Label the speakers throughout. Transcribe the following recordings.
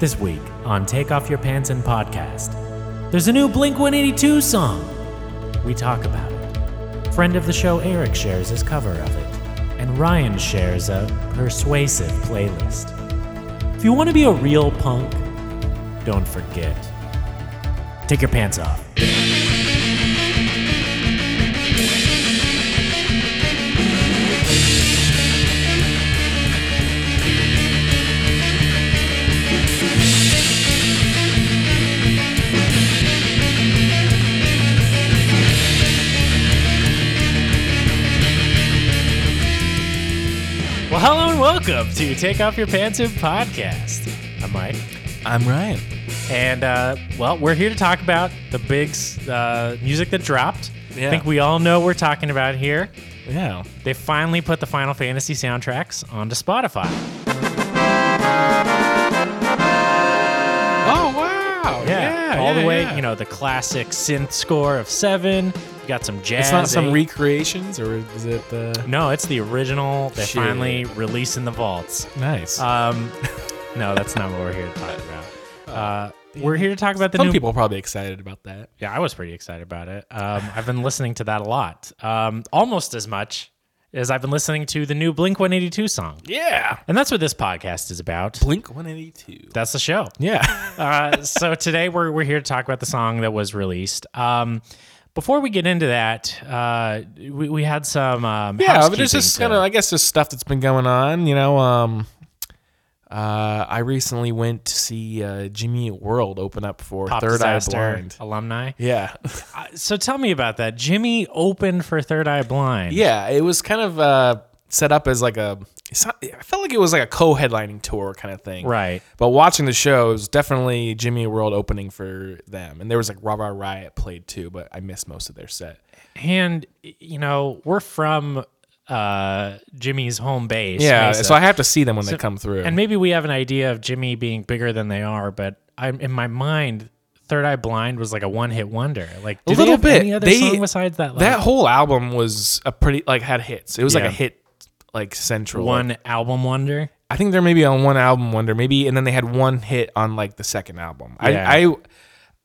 Speaker 1: This week on Take Off Your Pants and Podcast, there's a new Blink 182 song. We talk about it. Friend of the show Eric shares his cover of it, and Ryan shares a persuasive playlist. If you want to be a real punk, don't forget. Take your pants off. Well, hello and welcome to Take Off Your Pants and Podcast. I'm Mike.
Speaker 2: I'm Ryan.
Speaker 1: And uh, well, we're here to talk about the big uh, music that dropped. I
Speaker 2: Yeah.
Speaker 1: think we all know what we're talking about here.
Speaker 2: Yeah.
Speaker 1: They finally put the Final Fantasy soundtracks onto Spotify.
Speaker 2: Oh wow.
Speaker 1: Yeah, all the way, you know, the classic synth score of seven. You got some jazz.
Speaker 2: It's not some
Speaker 1: eight.
Speaker 2: recreations, or is it uh, the
Speaker 1: no, it's the original. They
Speaker 2: Shit.
Speaker 1: finally release in the vaults.
Speaker 2: nice?
Speaker 1: Um, no, that's not what we're here to talk about. Uh, we're here to talk about the
Speaker 2: some
Speaker 1: new
Speaker 2: people are probably excited about that.
Speaker 1: Yeah, I was pretty excited about it. Um, I've been listening to that a lot, um, almost as much as I've been listening to the new Blink 182 song.
Speaker 2: Yeah.
Speaker 1: And that's what this podcast is about.
Speaker 2: Blink 182.
Speaker 1: That's the show.
Speaker 2: Yeah.
Speaker 1: Uh, so today we're, we're here to talk about the song that was released. Um, before we get into that, uh, we, we had some. Um,
Speaker 2: yeah. But
Speaker 1: housekeeping
Speaker 2: there's just
Speaker 1: to-
Speaker 2: kind of, I guess, just stuff that's been going on. You know, um, uh, I recently went to see uh, Jimmy Eat World open up for
Speaker 1: Pop
Speaker 2: Third
Speaker 1: Disaster
Speaker 2: Eye Blind.
Speaker 1: alumni.
Speaker 2: Yeah.
Speaker 1: Uh, so tell me about that. Jimmy opened for Third Eye Blind.
Speaker 2: Yeah, it was kind of uh, set up as like a. It's not, I felt like it was like a co-headlining tour kind of thing.
Speaker 1: Right.
Speaker 2: But watching the show, it was definitely Jimmy World opening for them, and there was like Rah Rah Riot played too, but I missed most of their set.
Speaker 1: and you know we're from uh jimmy's home base
Speaker 2: Yeah,
Speaker 1: Mesa.
Speaker 2: so I have to see them when they come through.
Speaker 1: and maybe we have an idea of jimmy being bigger than they are but i'm in my mind third eye blind was like a one-hit wonder like do
Speaker 2: a
Speaker 1: they
Speaker 2: little
Speaker 1: have
Speaker 2: bit.
Speaker 1: any other
Speaker 2: They-
Speaker 1: song besides that like,
Speaker 2: that whole album was a pretty like had hits. It was
Speaker 1: Yeah.
Speaker 2: like a hit like central.
Speaker 1: one album wonder
Speaker 2: I think they're maybe on one album wonder, maybe, and then they had one hit on like the second album.
Speaker 1: Yeah.
Speaker 2: I. I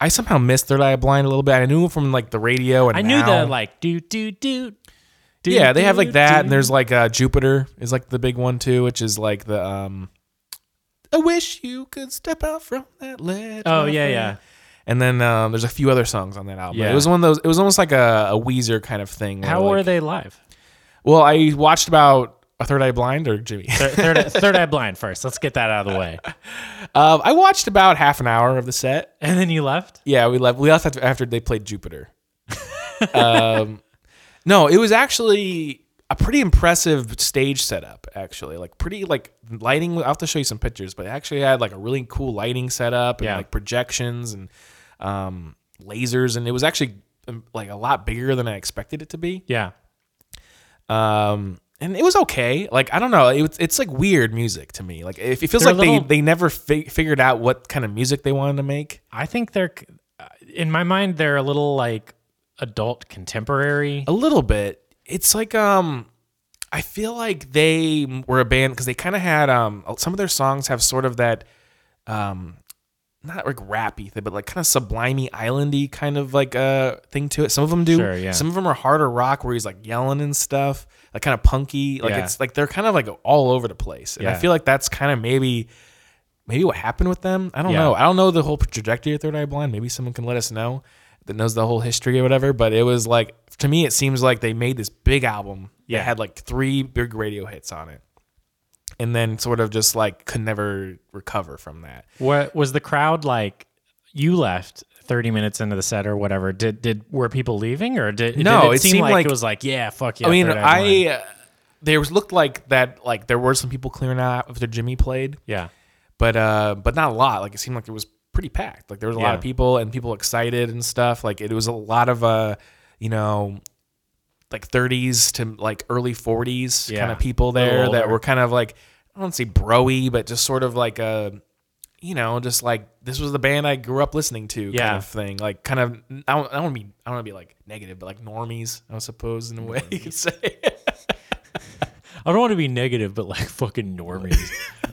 Speaker 2: I somehow missed Third Eye Blind a little bit. I knew from like the radio and
Speaker 1: i knew
Speaker 2: now.
Speaker 1: that like do do do do,
Speaker 2: yeah, they have
Speaker 1: do,
Speaker 2: like that, and
Speaker 1: do.
Speaker 2: there's like uh, Jupiter is like the big one too, which is like the um. I wish you could step out from that ledge.
Speaker 1: Oh,
Speaker 2: my
Speaker 1: yeah,
Speaker 2: friend."
Speaker 1: yeah.
Speaker 2: And then um, there's a few other songs on that album.
Speaker 1: Yeah.
Speaker 2: It was one of those. It was almost like a, a Weezer kind of thing.
Speaker 1: how
Speaker 2: were
Speaker 1: were they live
Speaker 2: Well, I watched about a Third Eye Blind or Jimmy.
Speaker 1: third, third, third eye blind first let's get that out of the way
Speaker 2: uh, I watched about half an hour of the set.
Speaker 1: and then you left
Speaker 2: Yeah, we left. We left after, after they played Jupiter. um, no, it was actually a pretty impressive stage setup. Actually, like pretty like lighting. I'll have to show you some pictures, but it actually had like a really cool lighting setup and
Speaker 1: Yeah.
Speaker 2: like projections and um, lasers, and it was actually um, like a lot bigger than I expected it to be.
Speaker 1: yeah
Speaker 2: Um, and it was okay. Like I don't know, it, was- it's like weird music to me. Like it, it feels
Speaker 1: They're a
Speaker 2: like
Speaker 1: little-
Speaker 2: they they never fi- figured out what kind of music they wanted to make.
Speaker 1: I think they're uh, in my mind they're a little like adult contemporary.
Speaker 2: A little bit. It's like um I feel like they were a band because they kind of had um some of their songs have sort of that um not like rappy thing, but like kind of sublimey islandy kind of like uh thing to it. Some of them do.
Speaker 1: Sure, yeah.
Speaker 2: Some of them are harder rock where he's like yelling and stuff, like kind of punky. Like
Speaker 1: Yeah.
Speaker 2: it's like they're kind of like all over the place. And I
Speaker 1: Yeah.
Speaker 2: feel like that's kind of maybe maybe what happened with them. I don't
Speaker 1: Yeah.
Speaker 2: know. I don't know the whole trajectory of Third Eye Blind. Maybe someone can let us know that knows the whole history or whatever. But it was like to me, it seems like they made this big album.
Speaker 1: Yeah.
Speaker 2: that had like three big radio hits on it, and then sort of just like could never recover from that.
Speaker 1: What was the crowd like? You left thirty minutes into the set or whatever. Did did were people leaving or did
Speaker 2: No,
Speaker 1: Did
Speaker 2: it
Speaker 1: seem
Speaker 2: seemed
Speaker 1: like,
Speaker 2: like-
Speaker 1: it was like yeah, fuck yeah.
Speaker 2: I mean,
Speaker 1: Third Eye Blind.
Speaker 2: I uh, there was looked like that like there were some people clearing out after Jimmy played,
Speaker 1: yeah
Speaker 2: but uh, but not a lot. Like it seemed like it was pretty packed. Like there was a lot
Speaker 1: Yeah.
Speaker 2: of people and people excited and stuff. Like it was a lot of uh, you know, like 30s to like early 40s
Speaker 1: Yeah.
Speaker 2: kind of people there
Speaker 1: little
Speaker 2: that
Speaker 1: older.
Speaker 2: were kind of like I don't say broy, but just sort of like a you know, just like this was the band I grew up listening to
Speaker 1: Yeah.
Speaker 2: kind of thing. Like kind of I don't, I don't wanna be I don't want to be like negative, but like normies, I suppose in a way you could say.
Speaker 1: I don't want to be negative, but like fucking normies.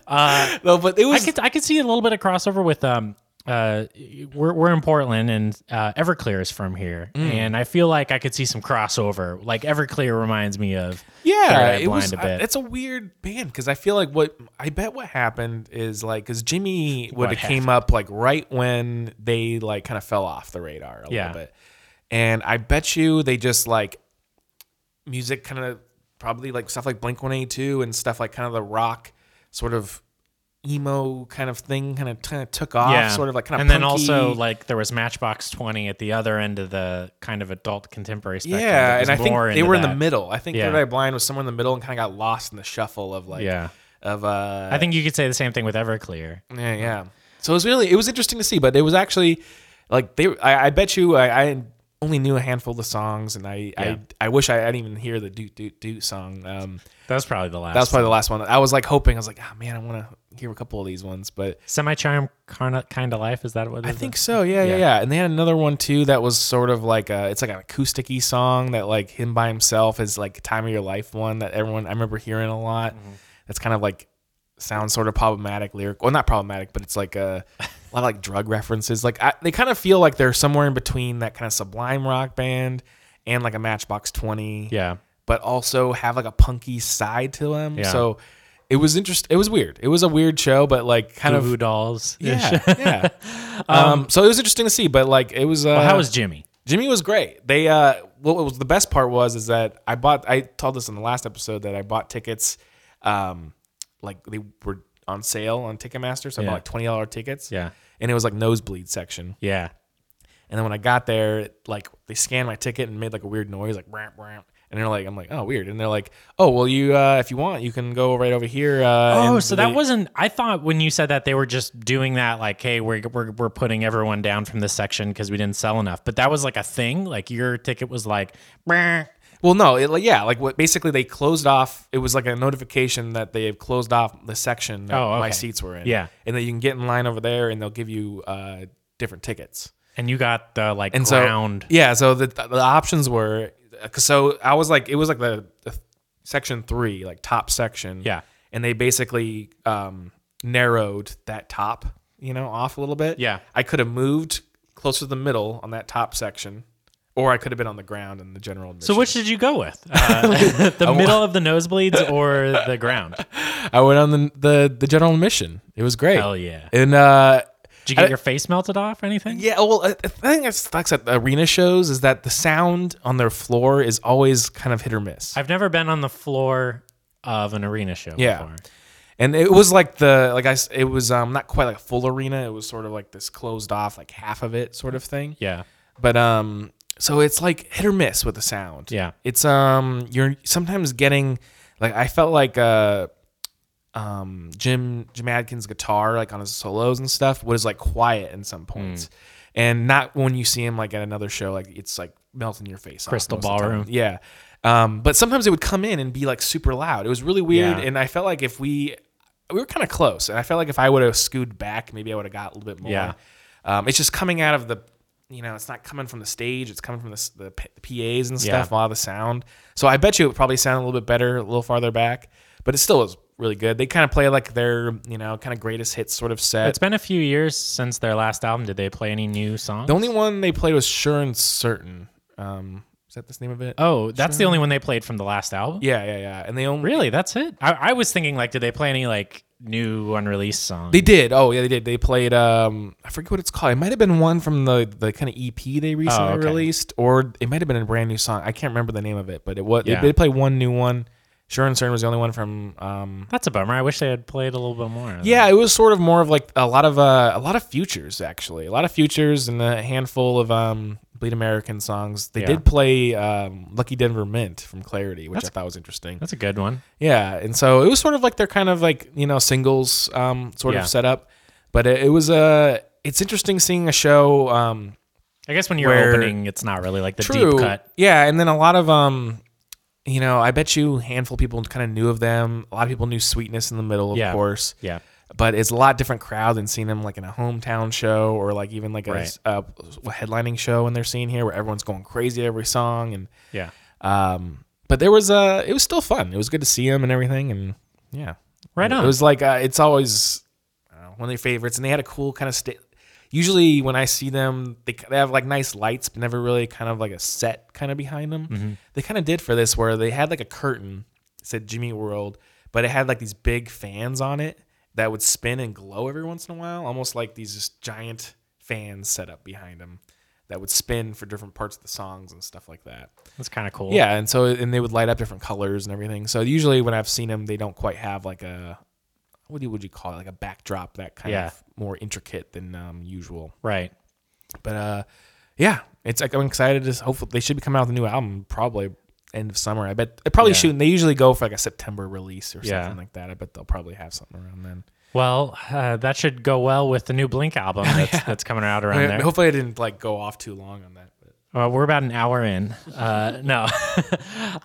Speaker 1: Uh,
Speaker 2: No, but it
Speaker 1: I
Speaker 2: was
Speaker 1: could I could see a little bit of crossover with um uh we're we're in Portland and uh, Everclear is from here
Speaker 2: Mm.
Speaker 1: and I feel like I could see some crossover like Everclear reminds me of Third
Speaker 2: yeah,
Speaker 1: Eye
Speaker 2: it was.
Speaker 1: Blind a bit.
Speaker 2: It's a weird band because I feel like what I bet what happened is like because Jimmy would
Speaker 1: What
Speaker 2: have came up like right when they like kind of fell off the radar a
Speaker 1: Yeah.
Speaker 2: little bit, and I bet you they just like music kind of probably like stuff like Blink One Eighty Two and stuff like kind of the rock sort of emo kind of thing kind of kind of took off sort of like kind of
Speaker 1: and then also
Speaker 2: punky.
Speaker 1: like there was Matchbox Twenty at the other end of the kind of adult contemporary spectrum.
Speaker 2: Yeah,
Speaker 1: that
Speaker 2: and
Speaker 1: was
Speaker 2: I think
Speaker 1: more
Speaker 2: they
Speaker 1: into
Speaker 2: were in
Speaker 1: that.
Speaker 2: the middle. I think
Speaker 1: Yeah.
Speaker 2: Third Eye Blind was somewhere in the middle and kind of got lost in the shuffle of like
Speaker 1: Yeah.
Speaker 2: of uh
Speaker 1: I think you could say the same thing with Everclear.
Speaker 2: yeah yeah. So it was really it was interesting to see, but it was actually like they. I, I bet you I, I only knew a handful of the songs, and I
Speaker 1: Yeah.
Speaker 2: I, I wish I didn't even hear the doot doot doot song. Um,
Speaker 1: That was probably the last.
Speaker 2: that was probably the last one. I was like hoping I was like, oh man, I want to hear a couple of these ones, but
Speaker 1: semi charm kind of kind of life. Is that what it
Speaker 2: I
Speaker 1: is?
Speaker 2: think so. Yeah, yeah,
Speaker 1: Yeah.
Speaker 2: yeah, And they had another one too that was sort of like a, it's like an acousticy song that like him by himself is like "Time of Your Life" one that everyone I remember hearing a lot. That's kind of like sounds sort of problematic lyric. Well, not problematic, but it's like a, a lot of like drug references. Like I, they kind of feel like they're somewhere in between that kind of Sublime rock band and like a Matchbox Twenty
Speaker 1: Yeah.
Speaker 2: but also have like a punky side to them.
Speaker 1: Yeah.
Speaker 2: So it was interesting. It was weird. It was a weird show, but like kind
Speaker 1: Kind
Speaker 2: of
Speaker 1: dolls.
Speaker 2: yeah, yeah. Um, so it was interesting to see, but like it was. Uh,
Speaker 1: How was Jimmy?
Speaker 2: Jimmy was great. They uh, what was the best part was is that I bought. I told this in the last episode that I bought tickets, um, like they were on sale on Ticketmaster, so I
Speaker 1: Yeah.
Speaker 2: bought like twenty dollar tickets.
Speaker 1: Yeah.
Speaker 2: and it was like nosebleed section.
Speaker 1: Yeah.
Speaker 2: And then when I got there, like they scanned my ticket and made like a weird noise, like ramp ramp. And they're like, I'm like, oh, weird. And they're like, oh, well, you, uh, if you want, you can go right over here. Uh,
Speaker 1: Oh,
Speaker 2: and
Speaker 1: so that
Speaker 2: they-
Speaker 1: wasn't. I thought when you said that they were just doing that, like, hey, we're we're, we're putting everyone down from this section because we didn't sell enough. But that was like a thing. Like your ticket was like, "Brr."
Speaker 2: Well, no, it, like, yeah, like what basically they closed off. It was like a notification that they have closed off the section that
Speaker 1: Oh, okay.
Speaker 2: my seats were in.
Speaker 1: Yeah.
Speaker 2: and then you can get in line over there, and they'll give you uh, different tickets.
Speaker 1: and you got the like
Speaker 2: And
Speaker 1: ground.
Speaker 2: so, yeah, so the the options were. uh, So I was like, it was like the, the section three, like top section.
Speaker 1: Yeah.
Speaker 2: and they basically um, narrowed that top, you know, off a little bit.
Speaker 1: Yeah.
Speaker 2: I could have moved closer to the middle on that top section, or I could have been on the ground in the general.
Speaker 1: so
Speaker 2: admission.
Speaker 1: which did you go with? Uh, the middle of the nosebleeds or the ground?
Speaker 2: I went on the the, the general mission. It was great.
Speaker 1: Hell yeah.
Speaker 2: And uh,
Speaker 1: Did you get
Speaker 2: I-
Speaker 1: your face melted off or anything?
Speaker 2: yeah, well, I I think that sucks at the arena shows is that the sound on their floor is always kind of hit or miss.
Speaker 1: I've never been on the floor of an arena show
Speaker 2: Yeah.
Speaker 1: before.
Speaker 2: and it was like the like I s- it was um not quite like a full arena. It was sort of like this closed off like half of it sort of thing.
Speaker 1: Yeah.
Speaker 2: But um so it's like hit or miss with the sound.
Speaker 1: Yeah.
Speaker 2: It's um you're sometimes getting like I felt like uh um Jim Jim Adkins guitar like on his solos and stuff was like quiet in some
Speaker 1: Mm.
Speaker 2: points. And not when you see him like at another show like it's like melting your face off
Speaker 1: Crystal
Speaker 2: most of the
Speaker 1: Ballroom.
Speaker 2: time. Yeah. Um but sometimes it would come in and be like super loud. It was really weird
Speaker 1: Yeah.
Speaker 2: and I felt like if we we were kind of close and I felt like if I would have scooted back maybe I would have got a little bit more.
Speaker 1: Yeah.
Speaker 2: Um, it's just coming out of the, you know, it's not coming from the stage. It's coming from the, s- the, p- the PAs and
Speaker 1: Yeah.
Speaker 2: stuff, a lot of the sound. So I bet you it would probably sound a little bit better a little farther back, but it still is really good. They kind of play like their, you know, kind of greatest hits sort of set.
Speaker 1: It's been a few years since their last album. Did they play any new songs?
Speaker 2: the only one they played was Sure and Certain. Um, is that the name of it?
Speaker 1: oh, that's the only one they played from the last album?
Speaker 2: Yeah, yeah, yeah. And they only
Speaker 1: Really? That's it? I, I was thinking, like, did they play any, like, new unreleased songs?
Speaker 2: They did. Oh yeah, they did. They played. Um, I forget what it's called. It might have been one from the the kind of EP they recently
Speaker 1: Oh, okay.
Speaker 2: released, or it might have been a brand new song. I can't remember the name of it, but it was.
Speaker 1: Yeah.
Speaker 2: They, they played one new one. Sure and certain was the only one from. Um,
Speaker 1: That's a bummer. I wish they had played a little bit more.
Speaker 2: yeah, it was sort of more of like a lot of uh, a lot of futures actually, a lot of futures and a handful of um, bleed American songs. They
Speaker 1: Yeah.
Speaker 2: did play um, Lucky Denver Mint from Clarity, which I thought was interesting.
Speaker 1: That's a good one.
Speaker 2: Yeah, and so it was sort of like their kind of like you know singles um, sort
Speaker 1: Yeah.
Speaker 2: of setup, but it, it was Uh, it's interesting seeing a show. Um,
Speaker 1: I guess when you're
Speaker 2: Where-
Speaker 1: opening, it's not really like the
Speaker 2: true.
Speaker 1: deep cut.
Speaker 2: Yeah, and then a lot of um, you know, I bet you a handful of people kind of knew of them. A lot of people knew Sweetness in the middle, of
Speaker 1: Yeah.
Speaker 2: course.
Speaker 1: Yeah.
Speaker 2: But it's a lot different crowd than seeing them like in a hometown show or like even like a s- a, headlining show when they're seeing here where everyone's going crazy at every song and
Speaker 1: Yeah.
Speaker 2: um, but there was uh, it was still fun. It was good to see them and everything and yeah.
Speaker 1: Right on.
Speaker 2: It was like uh, it's always I don't know, one of their favorites, and they had a cool kind of state. Usually, when I see them, they, they have like nice lights, but never really kind of like a set kind of behind them.
Speaker 1: Mm-hmm.
Speaker 2: They kind of did for this, where they had like a curtain that said Jimmy World, but it had like these big fans on it that would spin and glow every once in a while, almost like these just giant fans set up behind them that would spin for different parts of the songs and stuff like that.
Speaker 1: That's kind of cool.
Speaker 2: Yeah, and so and they would light up different colors and everything. So usually when I've seen them, they don't quite have like a what do you, would you call it like a backdrop that kind
Speaker 1: Yeah.
Speaker 2: of more intricate than um, usual.
Speaker 1: Right.
Speaker 2: But uh, yeah, it's like I'm excited. To, hopefully they should be coming out with a new album probably end of summer. I bet they probably
Speaker 1: Yeah.
Speaker 2: shooting. They usually go for like a September release or
Speaker 1: Yeah.
Speaker 2: something like that. I bet they'll probably have something around then.
Speaker 1: Well, uh, that should go well with the new Blink album that's, that's coming out around there.
Speaker 2: Hopefully I didn't like go off too long on that. But.
Speaker 1: Uh, we're about an hour in. Uh, no.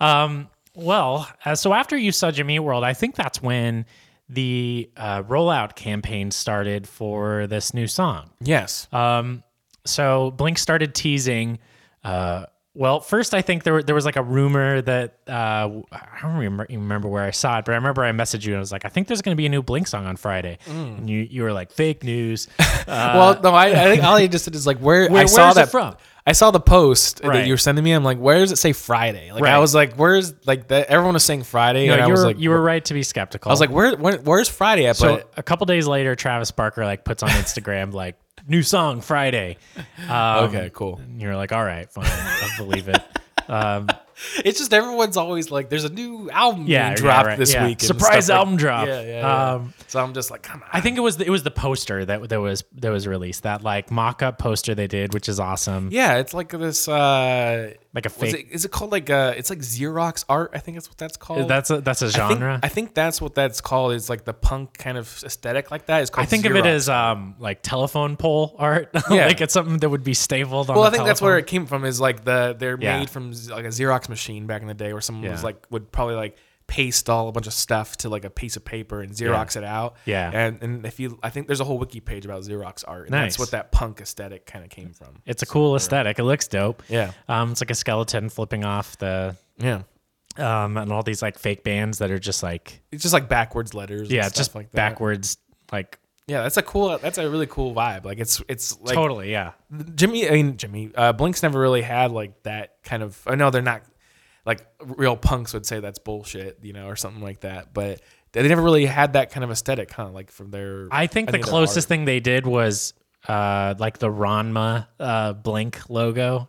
Speaker 1: um, well, uh, so after you saw Jimmy Eat World, I think that's when the uh, rollout campaign started for this new song.
Speaker 2: Yes.
Speaker 1: Um, so Blink started teasing. Uh, well, first I think there were, there was like a rumor that uh, I don't remember, even remember where I saw it, but I remember I messaged you and I was like, I think there's going to be a new Blink song on Friday, and you you were like, fake news.
Speaker 2: well, no, I, I think all I just did is like where,
Speaker 1: Uh, Where-
Speaker 2: I saw
Speaker 1: where is it
Speaker 2: that
Speaker 1: from?
Speaker 2: I saw the post
Speaker 1: Right.
Speaker 2: that you were sending me. I'm like, where does it say Friday? Like
Speaker 1: Right.
Speaker 2: I was like, where's like that? Everyone was saying Friday,
Speaker 1: No,
Speaker 2: and I
Speaker 1: you
Speaker 2: was
Speaker 1: were
Speaker 2: like,
Speaker 1: you were right to be skeptical.
Speaker 2: I was like, where, where where's Friday at?
Speaker 1: so
Speaker 2: but
Speaker 1: a couple days later, Travis Barker like puts on Instagram like new song Friday. Um,
Speaker 2: okay, cool.
Speaker 1: and you're like, all right, fine, I believe it.
Speaker 2: It's just everyone's always like, there's a new album
Speaker 1: Yeah,
Speaker 2: being
Speaker 1: yeah,
Speaker 2: dropped
Speaker 1: right,
Speaker 2: this
Speaker 1: yeah.
Speaker 2: week. and
Speaker 1: Surprise
Speaker 2: stuff like-
Speaker 1: album drop.
Speaker 2: Yeah, yeah. yeah.
Speaker 1: Um,
Speaker 2: so I'm just like, come on.
Speaker 1: I think it was the, it was the poster that that was that was released that like mock up poster they did, which is awesome.
Speaker 2: yeah, it's like this. uh
Speaker 1: Like a
Speaker 2: was
Speaker 1: fake.
Speaker 2: it, is it called like uh it's like Xerox art? I think that's what that's called.
Speaker 1: That's a that's a
Speaker 2: I think-
Speaker 1: genre.
Speaker 2: I think, that's what that's called. It's like the punk kind of aesthetic like that. It's
Speaker 1: I
Speaker 2: called.
Speaker 1: think of it
Speaker 2: Xerox.
Speaker 1: as um like telephone pole art.
Speaker 2: Yeah.
Speaker 1: like it's something that would be stapled on.
Speaker 2: Well,
Speaker 1: the
Speaker 2: I think that's
Speaker 1: telephone.
Speaker 2: where it came from. Is like the they're
Speaker 1: Yeah.
Speaker 2: made from z- like a Xerox machine back in the day, where someone was
Speaker 1: Yeah.
Speaker 2: like would probably like paste all a bunch of stuff to like a piece of paper and Xerox it out.
Speaker 1: Yeah.
Speaker 2: and and if you, I think there's a whole wiki page about Xerox art, and
Speaker 1: Nice.
Speaker 2: that's what that punk aesthetic kind of came from.
Speaker 1: it's a cool aesthetic. It looks dope.
Speaker 2: Yeah.
Speaker 1: Um, it's like a skeleton flipping off the
Speaker 2: Yeah,
Speaker 1: um and all these like fake bands that are just like
Speaker 2: it's just like backwards letters.
Speaker 1: yeah,
Speaker 2: and
Speaker 1: it's
Speaker 2: stuff
Speaker 1: just
Speaker 2: like that.
Speaker 1: backwards like
Speaker 2: Yeah, that's a cool. That's a really cool vibe. Like it's it's like
Speaker 1: totally yeah
Speaker 2: Jimmy, I mean Jimmy, uh, Blink's never really had like that kind of. I know they're not like real punks would say that's bullshit, you know, or something like that. But they never really had that kind of aesthetic, huh? Like from their.
Speaker 1: I think the
Speaker 2: their
Speaker 1: closest thing they did was uh like the Ranma uh blink logo
Speaker 2: art.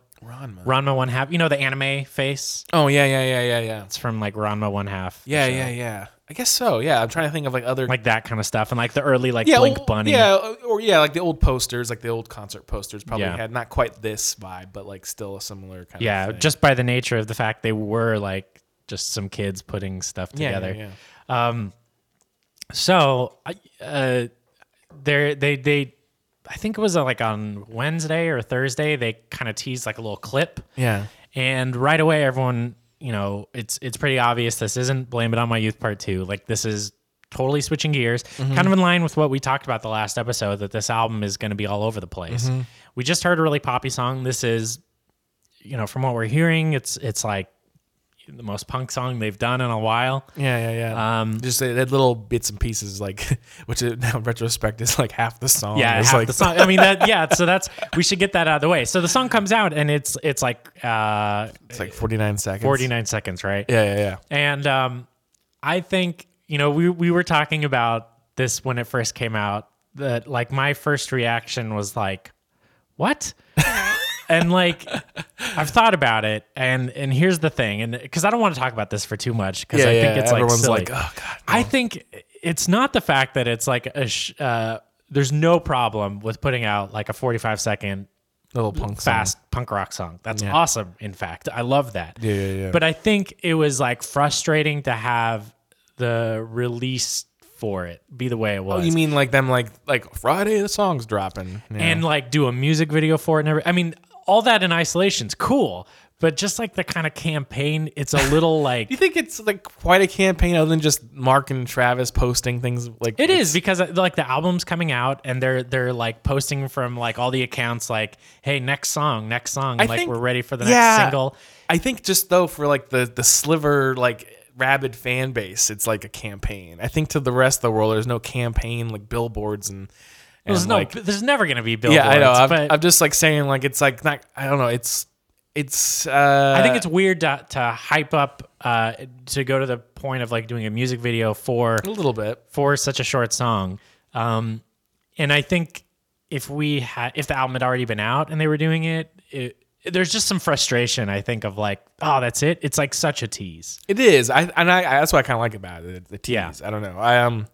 Speaker 2: Ranma.
Speaker 1: Ranma one half you know the anime face
Speaker 2: Oh yeah, yeah, yeah, yeah, yeah,
Speaker 1: it's from like Ranma one half the
Speaker 2: yeah,
Speaker 1: show.
Speaker 2: yeah, yeah. I guess so. Yeah, I'm trying to think of like other.
Speaker 1: like that kind of stuff and like the early like
Speaker 2: yeah,
Speaker 1: blink
Speaker 2: or-
Speaker 1: bunny
Speaker 2: Yeah, uh, or yeah, like the old posters, like the old concert posters, probably
Speaker 1: Yeah.
Speaker 2: had not quite this vibe, but like still a similar kind
Speaker 1: Yeah,
Speaker 2: of. thing.
Speaker 1: just by the nature of the fact they were like just some kids putting stuff
Speaker 2: Yeah, yeah,
Speaker 1: together
Speaker 2: yeah.
Speaker 1: So, I- uh, there they they, I think it was uh, like on Wednesday or Thursday they kind of teased like a little clip,
Speaker 2: Yeah.
Speaker 1: and right away everyone, you know, it's it's pretty obvious this isn't blame it on my youth part two. Like this is totally switching gears,
Speaker 2: Mm-hmm.
Speaker 1: kind of in line with what we talked about the last episode that this album is going to be all over the place.
Speaker 2: Mm-hmm.
Speaker 1: We just heard a really poppy song. This is, you know, from what we're hearing, it's it's like the most punk song they've done in a while.
Speaker 2: Yeah, yeah, yeah.
Speaker 1: Um,
Speaker 2: just uh, that little bits and pieces, like which is, now in retrospect is like half the song.
Speaker 1: yeah,
Speaker 2: it's
Speaker 1: half
Speaker 2: like
Speaker 1: the song. I mean, that yeah. So that's we should get that out of the way. So the song comes out and it's it's like uh,
Speaker 2: it's like forty nine seconds.
Speaker 1: forty nine seconds, right?
Speaker 2: Yeah, yeah, yeah.
Speaker 1: And um, I think you know we we were talking about this when it first came out. That like my first reaction was like, what? and like I've thought about it, and and here's the thing, and because I don't want to talk about this for too much because
Speaker 2: yeah,
Speaker 1: I think
Speaker 2: yeah.
Speaker 1: it's
Speaker 2: everyone's
Speaker 1: like silly.
Speaker 2: like, oh god.
Speaker 1: I think it's not the fact that it's like a sh- uh, there's no problem with putting out like a 45 second
Speaker 2: Little punk song.
Speaker 1: fast punk rock song. That's awesome. In fact, I love that.
Speaker 2: Yeah, yeah, yeah.
Speaker 1: But I think it was like frustrating to have the release for it be the way it was.
Speaker 2: Oh, You mean like them like like Friday the song's dropping. Yeah.
Speaker 1: and like do a music video for it and every, I mean all that in isolation's cool, but just like the kind of campaign, it's a little like
Speaker 2: you think it's like quite a campaign other than just Mark and Travis posting things like
Speaker 1: It is because uh, like the album's coming out and they're they're like posting from like all the accounts like hey next song next song
Speaker 2: I
Speaker 1: like
Speaker 2: think-
Speaker 1: we're ready for the
Speaker 2: yeah.
Speaker 1: next single
Speaker 2: I think just though for like the the sliver like rabid fan base, it's like a campaign. I think to the rest of the world, there's no campaign like billboards and. and
Speaker 1: There's no.
Speaker 2: like,
Speaker 1: there's never gonna be billboards.
Speaker 2: yeah, I know. I'm,
Speaker 1: but
Speaker 2: I'm just like saying, like it's like not. I don't know. It's it's. Uh,
Speaker 1: I think it's weird to, to hype up uh, to go to the point of like doing a music video for
Speaker 2: a little bit.
Speaker 1: for such a short song. Um, and I think if we had if the album had already been out and they were doing it, it there's just some frustration. I think of like, oh, that's it. It's like such a tease.
Speaker 2: It is. I and I, I that's what I kind of like about it. The tease.
Speaker 1: Yeah.
Speaker 2: I don't know. I um,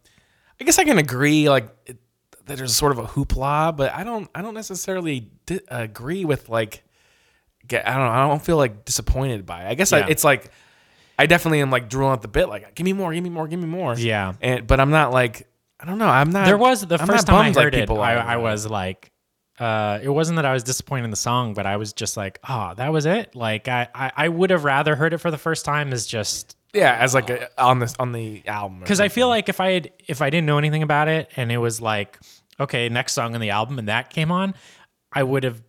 Speaker 2: I guess I can agree like it, that there's sort of a hoopla, but I don't. I don't necessarily di- agree with like. Get, I don't. know. I don't feel like disappointed by. it. I guess I,
Speaker 1: Yeah.
Speaker 2: it's like. I definitely am like drooling at the bit. Like, give me more, give me more, give me more.
Speaker 1: Yeah.
Speaker 2: And but I'm not like. I don't know. I'm not.
Speaker 1: There was the
Speaker 2: I'm
Speaker 1: first
Speaker 2: not
Speaker 1: time I
Speaker 2: bummed like
Speaker 1: heard it.
Speaker 2: people
Speaker 1: I,
Speaker 2: are.
Speaker 1: I was like, uh, it wasn't that I was disappointed in the song, but I was just like, oh, that was it. Like I, I, I would have rather heard it for the first time as just
Speaker 2: Yeah, as like a, on this on the album. or
Speaker 1: because I
Speaker 2: something.
Speaker 1: feel like if I had if I didn't know anything about it and it was like okay next song on the album and that came on, I would have.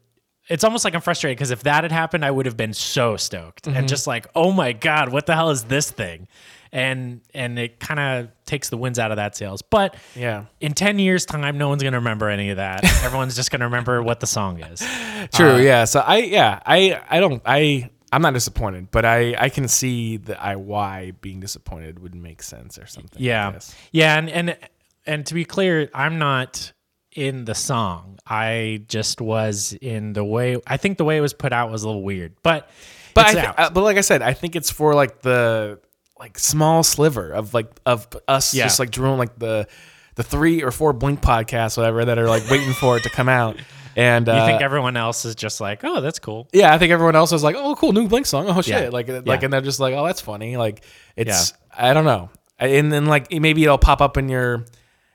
Speaker 1: It's almost like I'm frustrated because if that had happened, I would have been so stoked and just like oh my god, what the hell is this thing? And and it kind of takes the winds out of that sails, but
Speaker 2: Yeah.
Speaker 1: in 10 years time no one's going to remember any of that everyone's just going to remember what the song is
Speaker 2: True. yeah. So I yeah I I don't I I'm not disappointed, but I I can see the I why being disappointed would make sense or something. I
Speaker 1: yeah
Speaker 2: guess.
Speaker 1: yeah and and and to be clear i'm not in the song i just was in the way i think the way it was put out was a little weird but
Speaker 2: But I
Speaker 1: it's
Speaker 2: thi-
Speaker 1: out.
Speaker 2: uh, but like I said, I think it's for like the like small sliver of like of us
Speaker 1: Yeah.
Speaker 2: just like drooling like the the three or four blink podcasts whatever that are like waiting for it to come out. And
Speaker 1: you
Speaker 2: uh,
Speaker 1: think everyone else is just like oh that's cool
Speaker 2: yeah, I think everyone else is like, oh, cool, new Blink song. Oh shit,
Speaker 1: Yeah.
Speaker 2: like, like,
Speaker 1: Yeah.
Speaker 2: and they're just like, oh, that's funny. Like, it's I don't know, and then like maybe it'll pop up in your,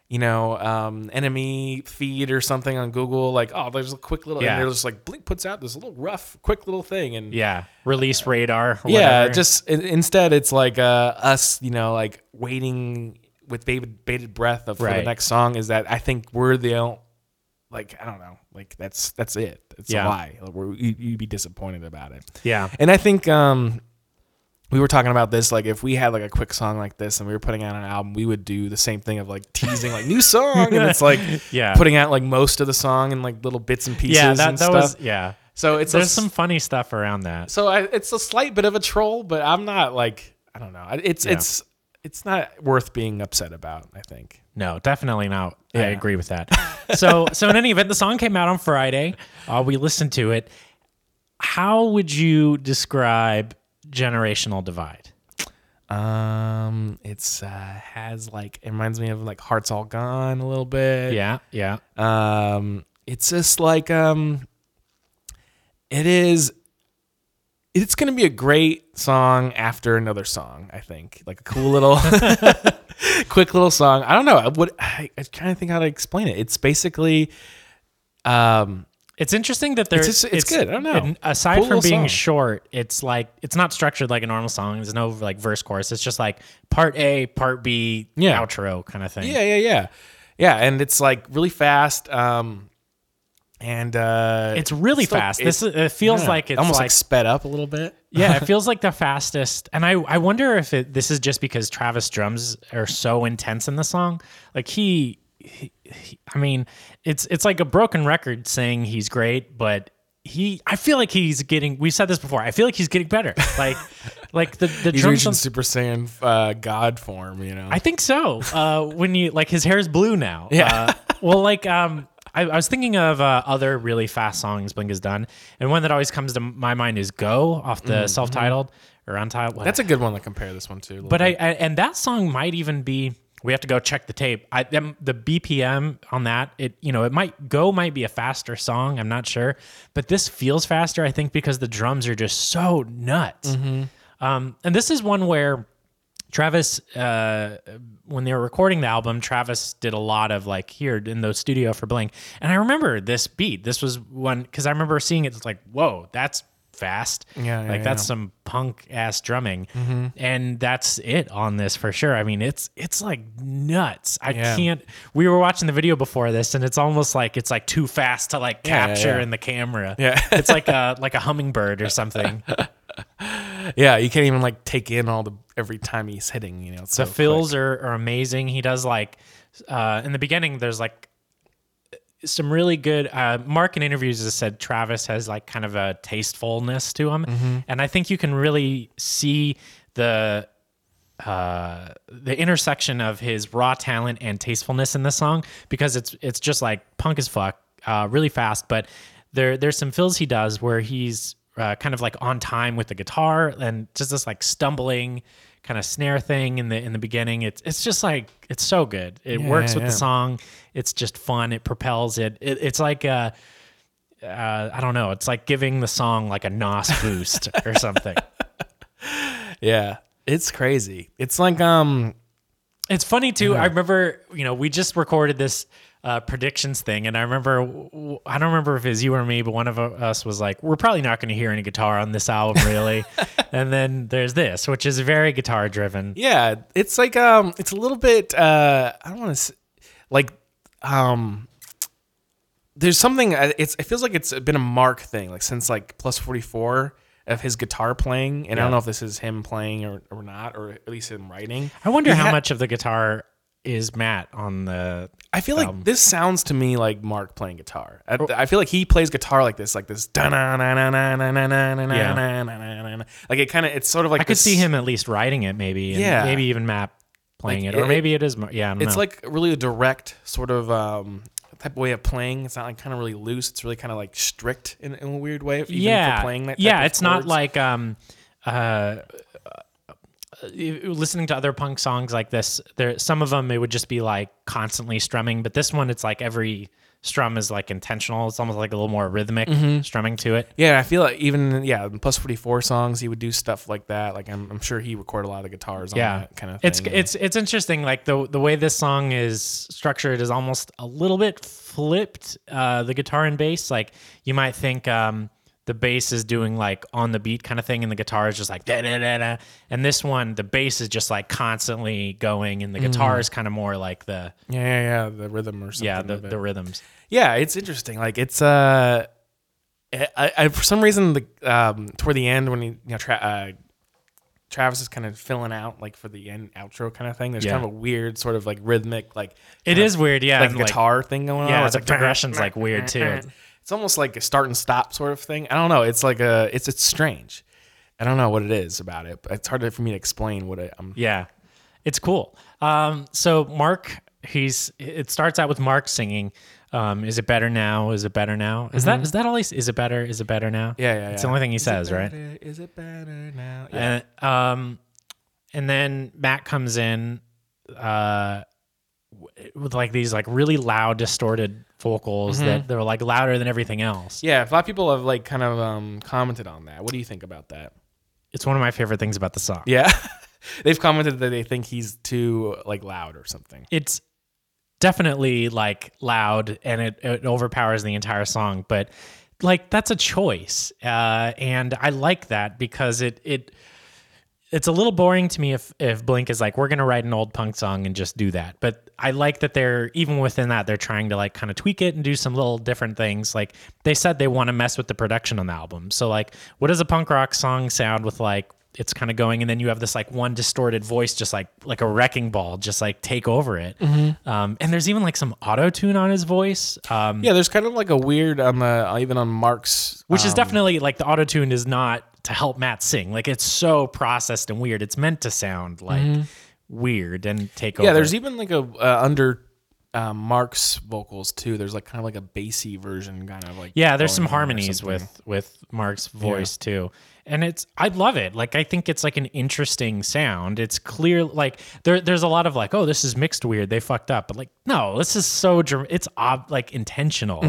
Speaker 2: you know, um, enemy feed or something on Google. Like, oh, there's a quick little,
Speaker 1: Yeah.
Speaker 2: and they're just like, Blink puts out this little rough, quick little thing, and
Speaker 1: yeah release radar or
Speaker 2: yeah,
Speaker 1: whatever.
Speaker 2: just in, instead, it's like uh, us, you know, like waiting with bated, bated breath of for the
Speaker 1: Right.
Speaker 2: next song. Is that I think we're the o- like I don't know, like that's that's it. It's
Speaker 1: Yeah.
Speaker 2: a lie. Like, we're, you, you'd be disappointed about it.
Speaker 1: yeah
Speaker 2: And I think um, we were talking about this. Like, if we had like a quick song like this, and we were putting out an album, we would do the same thing of like teasing like new song, and it's like
Speaker 1: Yeah.
Speaker 2: putting out like most of the song and like little bits and pieces
Speaker 1: yeah that,
Speaker 2: and
Speaker 1: that
Speaker 2: stuff.
Speaker 1: was yeah
Speaker 2: so it's a
Speaker 1: there's
Speaker 2: s-
Speaker 1: some funny stuff around that
Speaker 2: so I, it's a slight bit of a troll, but I'm not like I don't know. I- It's
Speaker 1: Yeah.
Speaker 2: it's it's not worth being upset about. I think.
Speaker 1: No, definitely not. I
Speaker 2: Yeah.
Speaker 1: agree with that. So, so in any event, the song came out on Friday. Uh, we listened to it. How would you describe generational divide?
Speaker 2: Um, it's uh, has like it reminds me of like Hearts All Gone a little bit.
Speaker 1: Yeah, yeah,
Speaker 2: Um, it's just like um, it is. It's gonna be a great song after another song. I think like a cool little, quick little song. I don't know. What I, I kind of think how to explain it. It's basically, um,
Speaker 1: it's interesting that there's
Speaker 2: just- it's good. I don't know.
Speaker 1: aside
Speaker 2: Cool
Speaker 1: from
Speaker 2: little
Speaker 1: being
Speaker 2: song.
Speaker 1: short, it's like it's not structured like a normal song. There's no like verse chorus. It's just like part A, part B,
Speaker 2: Yeah.
Speaker 1: outro kind of thing.
Speaker 2: Yeah, yeah, yeah. Yeah, and it's like really fast. Um and uh
Speaker 1: It's really
Speaker 2: still-
Speaker 1: fast.
Speaker 2: it-
Speaker 1: this is, it feels
Speaker 2: yeah,
Speaker 1: like it's
Speaker 2: almost like,
Speaker 1: like
Speaker 2: sped up a little bit.
Speaker 1: yeah, it feels like the fastest. And I, I wonder if it, this is just because Travis drums are so intense in the song. Like he, he, he- I mean, it's it's like a broken record saying he's great, but he, I feel like he's getting. We've said this before. I feel like he's getting better. Like, like the the
Speaker 2: He's
Speaker 1: drums.
Speaker 2: reaching
Speaker 1: on-
Speaker 2: Super Saiyan uh God form, you know.
Speaker 1: I think so. Uh, when you like his hair is blue now.
Speaker 2: Yeah.
Speaker 1: Uh, well, like um, I, I was thinking of uh, other really fast songs Blink has done, and one that always comes to my mind is "Go" off
Speaker 2: Mm-hmm,
Speaker 1: the self-titled or untitled.
Speaker 2: That's a good one to compare this one to. a little
Speaker 1: But I,
Speaker 2: bit.
Speaker 1: I and that song might even be. We have to go check the tape. I them, the BPM on that. It you know it might go might be a faster song. I'm not sure, but this feels faster. I think because the drums are just so nuts.
Speaker 2: Mm-hmm.
Speaker 1: Um, and this is one where Travis, uh, when they were recording the album, Travis did a lot of like here in the studio for Blink. And I remember this beat. This was one because I remember seeing it. It's like whoa, that's fast.
Speaker 2: Yeah, yeah,
Speaker 1: like that's
Speaker 2: yeah.
Speaker 1: some punk ass drumming,
Speaker 2: Mm-hmm.
Speaker 1: and that's it on this for sure. I mean, it's it's like nuts. I
Speaker 2: Yeah.
Speaker 1: can't. We were watching the video before this, and it's almost like it's like too fast to like
Speaker 2: Yeah, yeah,
Speaker 1: capture
Speaker 2: yeah.
Speaker 1: in the camera.
Speaker 2: Yeah.
Speaker 1: it's like a like a hummingbird or something.
Speaker 2: yeah, you can't even like take in all the every time he's hitting. You know, it's
Speaker 1: the
Speaker 2: so
Speaker 1: fills are, are amazing. He does like uh, in the beginning. There's like some really good. Uh, Mark in interviews has said Travis has like kind of a tastefulness to him,
Speaker 2: Mm-hmm.
Speaker 1: and I think you can really see the uh, the intersection of his raw talent and tastefulness in this song because it's it's just like punk as fuck, uh, really fast. But there there's some fills he does where he's uh, kind of like on time with the guitar and just this like stumbling kind of snare thing in the in the beginning. It's it's just like it's so good. It works
Speaker 2: yeah,
Speaker 1: with the
Speaker 2: yeah.
Speaker 1: song. It's just fun. It propels it. it it's like uh, uh, I don't know. It's like giving the song like a nos boost or something.
Speaker 2: quick. yeah, it's crazy. It's like um,
Speaker 1: It's funny too. I remember, you know, we just recorded this uh, predictions thing, and I remember, w- w- I don't remember if it was you or me, but one of us was like, "We're probably not going to hear any guitar on this album, really." and then there's this, which is very guitar driven.
Speaker 2: yeah, it's like um, it's a little bit uh, I don't want to like um. There's something uh, it's it feels like it's been a Mark thing like since like plus 44 of his guitar playing and I don't know if this is him playing or, or not or at least him writing.
Speaker 1: I wonder
Speaker 2: He
Speaker 1: how
Speaker 2: ha-
Speaker 1: much of the guitar is Matt on the.
Speaker 2: I feel like this sounds to me like Mark playing guitar. I,
Speaker 1: Oh.
Speaker 2: I feel like he plays guitar like this, like this. Yeah. Like it kind of, it's sort of like
Speaker 1: I could
Speaker 2: this-
Speaker 1: see him at least writing it, maybe. And
Speaker 2: Yeah.
Speaker 1: Maybe even Matt playing
Speaker 2: Like,
Speaker 1: it, or
Speaker 2: it-
Speaker 1: maybe it is. Mar- Yeah, I don't
Speaker 2: It's
Speaker 1: know.
Speaker 2: like really a direct sort of um, type of way of playing. It's not like kind of really loose. It's really kind of like strict in, in a weird way. Even
Speaker 1: yeah,
Speaker 2: for playing that. type
Speaker 1: yeah,
Speaker 2: of
Speaker 1: it's not
Speaker 2: chords.
Speaker 1: like um, uh, uh, listening to other punk songs like this. There, some of them it would just be like constantly strumming, but this one it's like every strum is like intentional. It's almost like a little more rhythmic
Speaker 2: Mm-hmm.
Speaker 1: strumming to it.
Speaker 2: Yeah, I feel like even yeah, in plus forty four songs, he would do stuff like that. Like I'm, I'm sure he recorded a lot of the guitars. on
Speaker 1: Yeah,
Speaker 2: that kind of.
Speaker 1: It's
Speaker 2: thing.
Speaker 1: it's it's interesting. Like the the way this song is structured is almost a little bit flipped. Uh, the guitar and bass, like you might think. Um, the bass is doing like on the beat kind of thing, and the guitar is just like da da da da. And this one, the bass is just like constantly going, and the guitar is kind of more like the
Speaker 2: yeah, yeah, yeah, the rhythm or something.
Speaker 1: yeah the,
Speaker 2: of it.
Speaker 1: the rhythms.
Speaker 2: Yeah, it's interesting. Like it's uh, I, I for some reason the um toward the end when he you know tra- uh, Travis is kind of filling out like for the end outro kind of thing. There's
Speaker 1: Yeah.
Speaker 2: kind of a weird sort of like rhythmic like
Speaker 1: It is weird, yeah.
Speaker 2: like
Speaker 1: and,
Speaker 2: guitar thing going on.
Speaker 1: yeah,
Speaker 2: It's
Speaker 1: the
Speaker 2: like
Speaker 1: progression's like weird too. It's-
Speaker 2: It's almost like a start and stop sort of thing. I don't know. It's like a it's it's strange. I don't know what it is about it. But it's hard for me to explain what um, I, I'm.
Speaker 1: Yeah, it's cool. Um, so Mark, he's it starts out with Mark singing. Um, is it better now? Is it better now? Is that is that all? He's, is it better? Is it better now?
Speaker 2: Mm-hmm. Yeah, yeah,
Speaker 1: It's
Speaker 2: yeah.
Speaker 1: the only thing he says, right?
Speaker 2: Is it better now? Yeah.
Speaker 1: And um, and then Matt comes in, uh, w- with like these like really loud distorted vocals that they're like louder than everything else.
Speaker 2: Mm-hmm. yeah, a lot of people have like kind of um, commented on that. What do you think about that?
Speaker 1: It's one of my favorite things about the song.
Speaker 2: Yeah. They've commented that they think he's too like loud or something.
Speaker 1: it's definitely like loud and it, it overpowers the entire song but like that's a choice uh, and i like that because it it it's a little boring to me if if blink is like we're gonna write an old punk song and just do that but i like that they're even within that they're trying to like kind of tweak it and do some little different things like they said they want to mess with the production on the album so like what does a punk rock song sound with like it's kind of going and then you have this like one distorted voice just like like a wrecking ball just like take over it um, and there's even like some auto tune on his voice um,
Speaker 2: Yeah, there's kind of like a weird on the even on Mark's
Speaker 1: which is definitely like the auto tune is not to help Matt sing. Like it's so processed and weird. It's meant to sound like weird and take over.
Speaker 2: Mm-hmm. Yeah, there's even like a uh, under uh, Mark's vocals too. There's like kind of like a bassy version kind of like
Speaker 1: yeah, there's some
Speaker 2: going on or
Speaker 1: harmonies
Speaker 2: something.
Speaker 1: with with Mark's voice too. And it's I love it. Like I think it's like an interesting sound. It's clear like there there's a lot of like, oh, this is mixed weird. They fucked up. But like, no, this is so dr- it's ob- like intentional.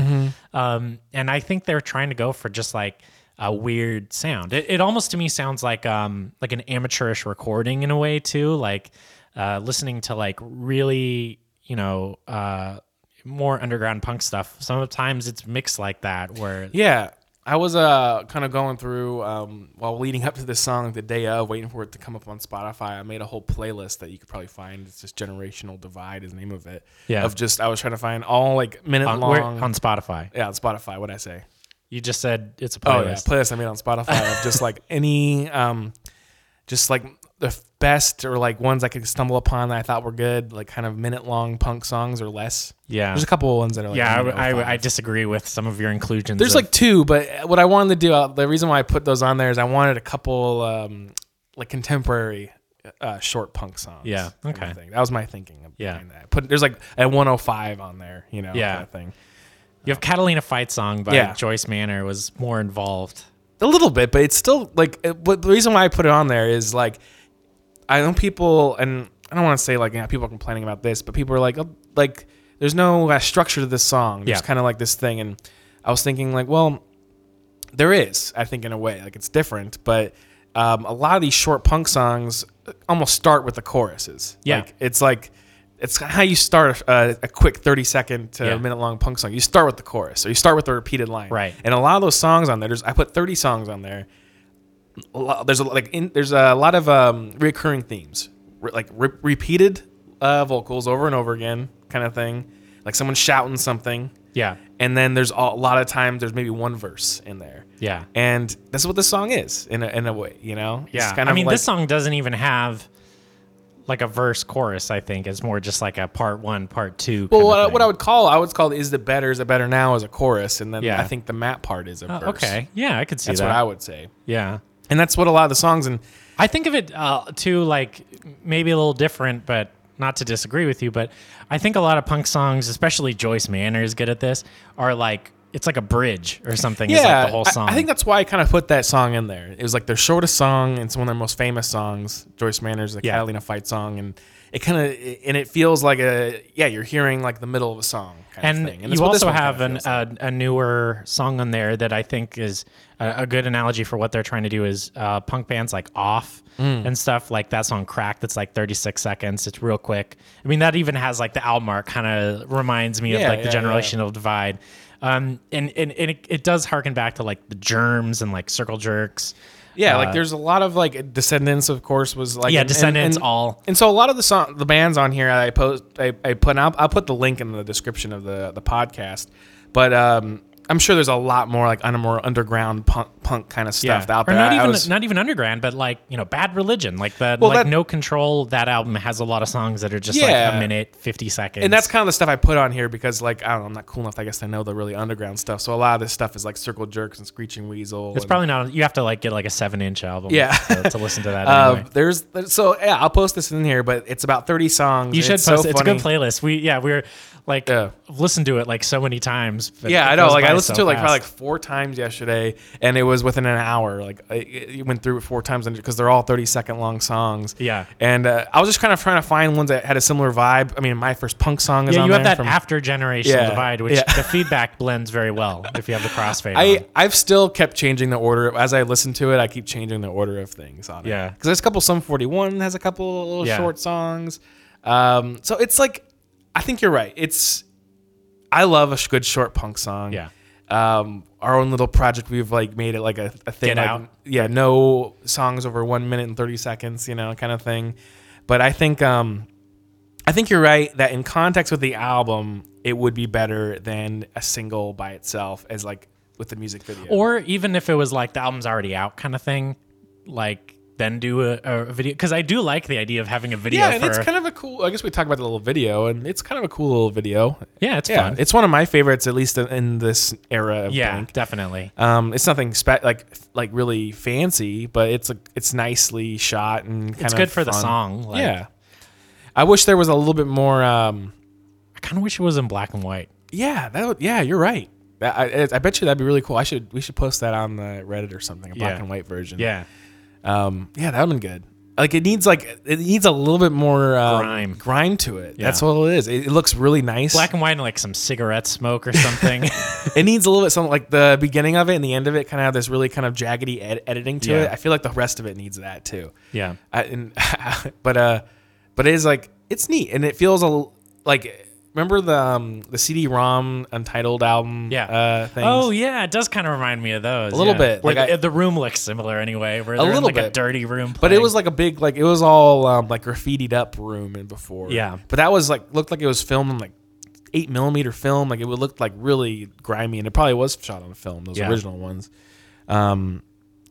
Speaker 1: Um and I think they're trying to go for just like a weird sound. It, it almost to me sounds like um like an amateurish recording in a way too, like uh listening to like really, you know, uh more underground punk stuff. Sometimes it's mixed like that where
Speaker 2: Yeah. I was uh kind of going through um while leading up to this song the day of waiting for it to come up on Spotify. I made a whole playlist that you could probably find. It's just generational divide is the name of it.
Speaker 1: Yeah.
Speaker 2: Of just I was trying to find all like minute
Speaker 1: on, where-
Speaker 2: long
Speaker 1: on Spotify.
Speaker 2: yeah, on Spotify, what'd I say?
Speaker 1: You just said it's a
Speaker 2: Oh yeah,
Speaker 1: playlist.
Speaker 2: playlist I made on Spotify of just like any um just like the f- best or like ones I could stumble upon that I thought were good, like kind of minute long punk songs or less.
Speaker 1: Yeah.
Speaker 2: There's a couple of ones that are like
Speaker 1: yeah, I,
Speaker 2: a minute
Speaker 1: I-
Speaker 2: five.
Speaker 1: I disagree with some of your inclusions.
Speaker 2: There's
Speaker 1: of-
Speaker 2: like two, but what I wanted to do, uh, the reason why I put those on there is I wanted a couple um, like contemporary uh, short punk songs.
Speaker 1: Yeah,
Speaker 2: kind of
Speaker 1: okay.
Speaker 2: thing. That was my thinking. Of
Speaker 1: Yeah.
Speaker 2: behind that. Put there's like a 105 on there, you know.
Speaker 1: Yeah.
Speaker 2: kind of thing.
Speaker 1: you have Catalina Fight Song by
Speaker 2: Yeah.
Speaker 1: Joyce Manor was more involved.
Speaker 2: A little bit, but it's still like. It, but the reason why I put it on there is like, I know people, and I don't want to say like you know, people are complaining about this, but people are like, oh, like, there's no uh, structure to this song. There's
Speaker 1: Yeah.
Speaker 2: kind of like this thing, and I was thinking like, well, there is. I think in a way, like it's different, but um, a lot of these short punk songs almost start with the choruses.
Speaker 1: Yeah.
Speaker 2: like, it's like. It's how you start a, a quick 30 second to
Speaker 1: Yeah.
Speaker 2: a minute long punk song. You start with the chorus, or you start with the repeated line.
Speaker 1: Right.
Speaker 2: And a lot of those songs on there, there's I put 30 songs on there. A lot, there's a, like in, there's a lot of um, recurring themes, re- like re- repeated uh, vocals over and over again, kind of thing. Like someone shouting something,
Speaker 1: Yeah.
Speaker 2: and then there's a, a lot of times there's maybe one verse in there.
Speaker 1: Yeah.
Speaker 2: And that's what this song is in a, in a way, you know. It's
Speaker 1: Yeah.
Speaker 2: kind
Speaker 1: I
Speaker 2: of
Speaker 1: mean,
Speaker 2: like-
Speaker 1: this song doesn't even have like a verse chorus, I think. It's more just like a part one, part two.
Speaker 2: Well,
Speaker 1: kind
Speaker 2: what,
Speaker 1: of
Speaker 2: I-
Speaker 1: thing.
Speaker 2: what I would call I would call is the better is the better now is a chorus, and then
Speaker 1: Yeah.
Speaker 2: I think the map part is a
Speaker 1: Oh,
Speaker 2: verse.
Speaker 1: okay. Yeah, I could see
Speaker 2: that's
Speaker 1: that.
Speaker 2: what I would say,
Speaker 1: yeah.
Speaker 2: and that's what a lot of the songs and
Speaker 1: I think of it uh, too, like maybe a little different, but not to disagree with you. But I think a lot of punk songs, especially Joyce Manor is good at this, are like it's like a bridge or something. is like the whole
Speaker 2: I-
Speaker 1: song.
Speaker 2: I, think that's why I kind of put that song in there. It was like their shortest song and it's one of their most famous songs. Joyce Manor's the
Speaker 1: Yeah.
Speaker 2: Catalina fight song, and it kind of and it feels like a yeah, you're hearing like the middle of a song. Kind
Speaker 1: and
Speaker 2: of thing. that's
Speaker 1: you
Speaker 2: what this
Speaker 1: also
Speaker 2: one kinda
Speaker 1: have an,
Speaker 2: feels like.
Speaker 1: a, a newer song on there that I think is a, a good analogy for what they're trying to do is uh, punk bands like Off
Speaker 2: Mm.
Speaker 1: and stuff like that song Crack that's like 36 seconds. It's real quick. I mean, that even has like the out mark kind of reminds me of
Speaker 2: Yeah,
Speaker 1: like the
Speaker 2: yeah, yeah.
Speaker 1: generational divide. Um, and and, and it, it does harken back to like the germs and like circle jerks.
Speaker 2: yeah,
Speaker 1: uh,
Speaker 2: like there's a lot of like Descendants, of course, was like
Speaker 1: Yeah,
Speaker 2: and- and-
Speaker 1: Descendants,
Speaker 2: and-
Speaker 1: all.
Speaker 2: And so a lot of the song, the bands on here, I post, I, I put, and I'll, I'll put the link in the description of the the podcast. But um, I'm sure there's a lot more like under, more underground punk, punk kind of stuff out
Speaker 1: Or
Speaker 2: there.
Speaker 1: not
Speaker 2: I- I
Speaker 1: even
Speaker 2: was-
Speaker 1: not even underground, but like you know, bad religion, like the
Speaker 2: Well,
Speaker 1: like
Speaker 2: that-
Speaker 1: no control. That album has a lot of songs that are just like a
Speaker 2: Yeah.
Speaker 1: minute fifty seconds,
Speaker 2: and that's kind of the stuff I put on here because, like, I don't know, I'm not cool enough, I guess, to know the really underground stuff. So a lot of this stuff is like Circle Jerks and Screeching Weasel.
Speaker 1: It's
Speaker 2: and-
Speaker 1: probably not. You have to like get like a seven inch album.
Speaker 2: Yeah.
Speaker 1: to, to listen to that.
Speaker 2: Uh,
Speaker 1: anyway.
Speaker 2: there's so yeah, I'll post this in here, but it's about 30 songs.
Speaker 1: You
Speaker 2: and
Speaker 1: should
Speaker 2: it's
Speaker 1: post. it.
Speaker 2: So
Speaker 1: it's a good
Speaker 2: funny.
Speaker 1: playlist. We yeah we were like
Speaker 2: Yeah.
Speaker 1: listened to it like so many times. but
Speaker 2: Yeah,
Speaker 1: it
Speaker 2: I know.
Speaker 1: goes
Speaker 2: Like
Speaker 1: by
Speaker 2: I listened
Speaker 1: so
Speaker 2: to it like probably like
Speaker 1: fast.
Speaker 2: four times yesterday, and it was within an hour. Like I- it it went through it four times because they're all 30 second long songs.
Speaker 1: Yeah.
Speaker 2: and uh, I was just kind of trying to find ones that had a similar vibe. I mean, my first punk song is
Speaker 1: yeah.
Speaker 2: on
Speaker 1: You have
Speaker 2: there
Speaker 1: that
Speaker 2: from-
Speaker 1: after generational
Speaker 2: Yeah,
Speaker 1: divide, which
Speaker 2: yeah.
Speaker 1: the feedback blends very well if you have the crossfade. on.
Speaker 2: I, I've still kept changing the order as I listen to it. I keep changing the order of things on it.
Speaker 1: Yeah.
Speaker 2: because there's a couple. Some 41 has a couple little
Speaker 1: Yeah.
Speaker 2: short songs. Um, so it's like, I think you're right. It's, I love a sh- good short punk song.
Speaker 1: Yeah.
Speaker 2: Um, our own little project, we've like made it like a, a thing.
Speaker 1: Get
Speaker 2: like-
Speaker 1: Out.
Speaker 2: Yeah, no songs over one minute and 30 seconds, you know, kind of thing. But I think, um, I think you're right that in context with the album, it would be better than a single by itself as like with the music video.
Speaker 1: or even if it was like the album's already out kind of thing, like then do a, a video because I do like the idea of having a video.
Speaker 2: yeah,
Speaker 1: for,
Speaker 2: and it's kind of a cool. I guess we talked about the little video, and it's kind of a cool little video.
Speaker 1: yeah, it's
Speaker 2: Yeah,
Speaker 1: fun.
Speaker 2: it's one of my favorites, at least in- in this era. Of
Speaker 1: yeah,
Speaker 2: Blink.
Speaker 1: definitely.
Speaker 2: Um, it's nothing spe- like like really fancy, but it's a, it's nicely shot and kind
Speaker 1: It's
Speaker 2: of
Speaker 1: good for the
Speaker 2: fun.
Speaker 1: song. Like,
Speaker 2: yeah, I wish there was a little bit more. Um,
Speaker 1: I kind of wish it was in black and white.
Speaker 2: yeah, that would, yeah, you're right. That, I, it's- I bet you that'd be really cool. I should we should post that on the Reddit or something, a black
Speaker 1: Yeah.
Speaker 2: and white version.
Speaker 1: Yeah.
Speaker 2: Um, yeah, that would've been good. Like it needs like it needs a little bit more um,
Speaker 1: Grime.
Speaker 2: grime to it.
Speaker 1: Yeah.
Speaker 2: That's all it is. It, it looks really nice.
Speaker 1: black and white and like some cigarette smoke or something.
Speaker 2: it needs a little bit something like the beginning of it and the end of it kind of have this really kind of jaggedy ed- editing to
Speaker 1: Yeah.
Speaker 2: it. I feel like the rest of it needs that too.
Speaker 1: yeah.
Speaker 2: I, and, but uh, but it is like it's neat and it feels a l- like remember the um, the CD-ROM Untitled album
Speaker 1: Yeah.
Speaker 2: uh, things?
Speaker 1: Oh yeah, it does kind of remind me of those. A
Speaker 2: little bit,
Speaker 1: Where
Speaker 2: like
Speaker 1: the,
Speaker 2: I-
Speaker 1: the room looks similar anyway. Where
Speaker 2: A
Speaker 1: they're in,
Speaker 2: little
Speaker 1: like a
Speaker 2: bit.
Speaker 1: dirty room.
Speaker 2: But it
Speaker 1: playing.
Speaker 2: was like a big, like it was all um, like graffitied up room and before.
Speaker 1: Yeah.
Speaker 2: But that was like looked like it was filmed on like eight millimeter film. Like it would look like really grimy, and it probably was shot on film. Those
Speaker 1: Yeah.
Speaker 2: original ones. Um,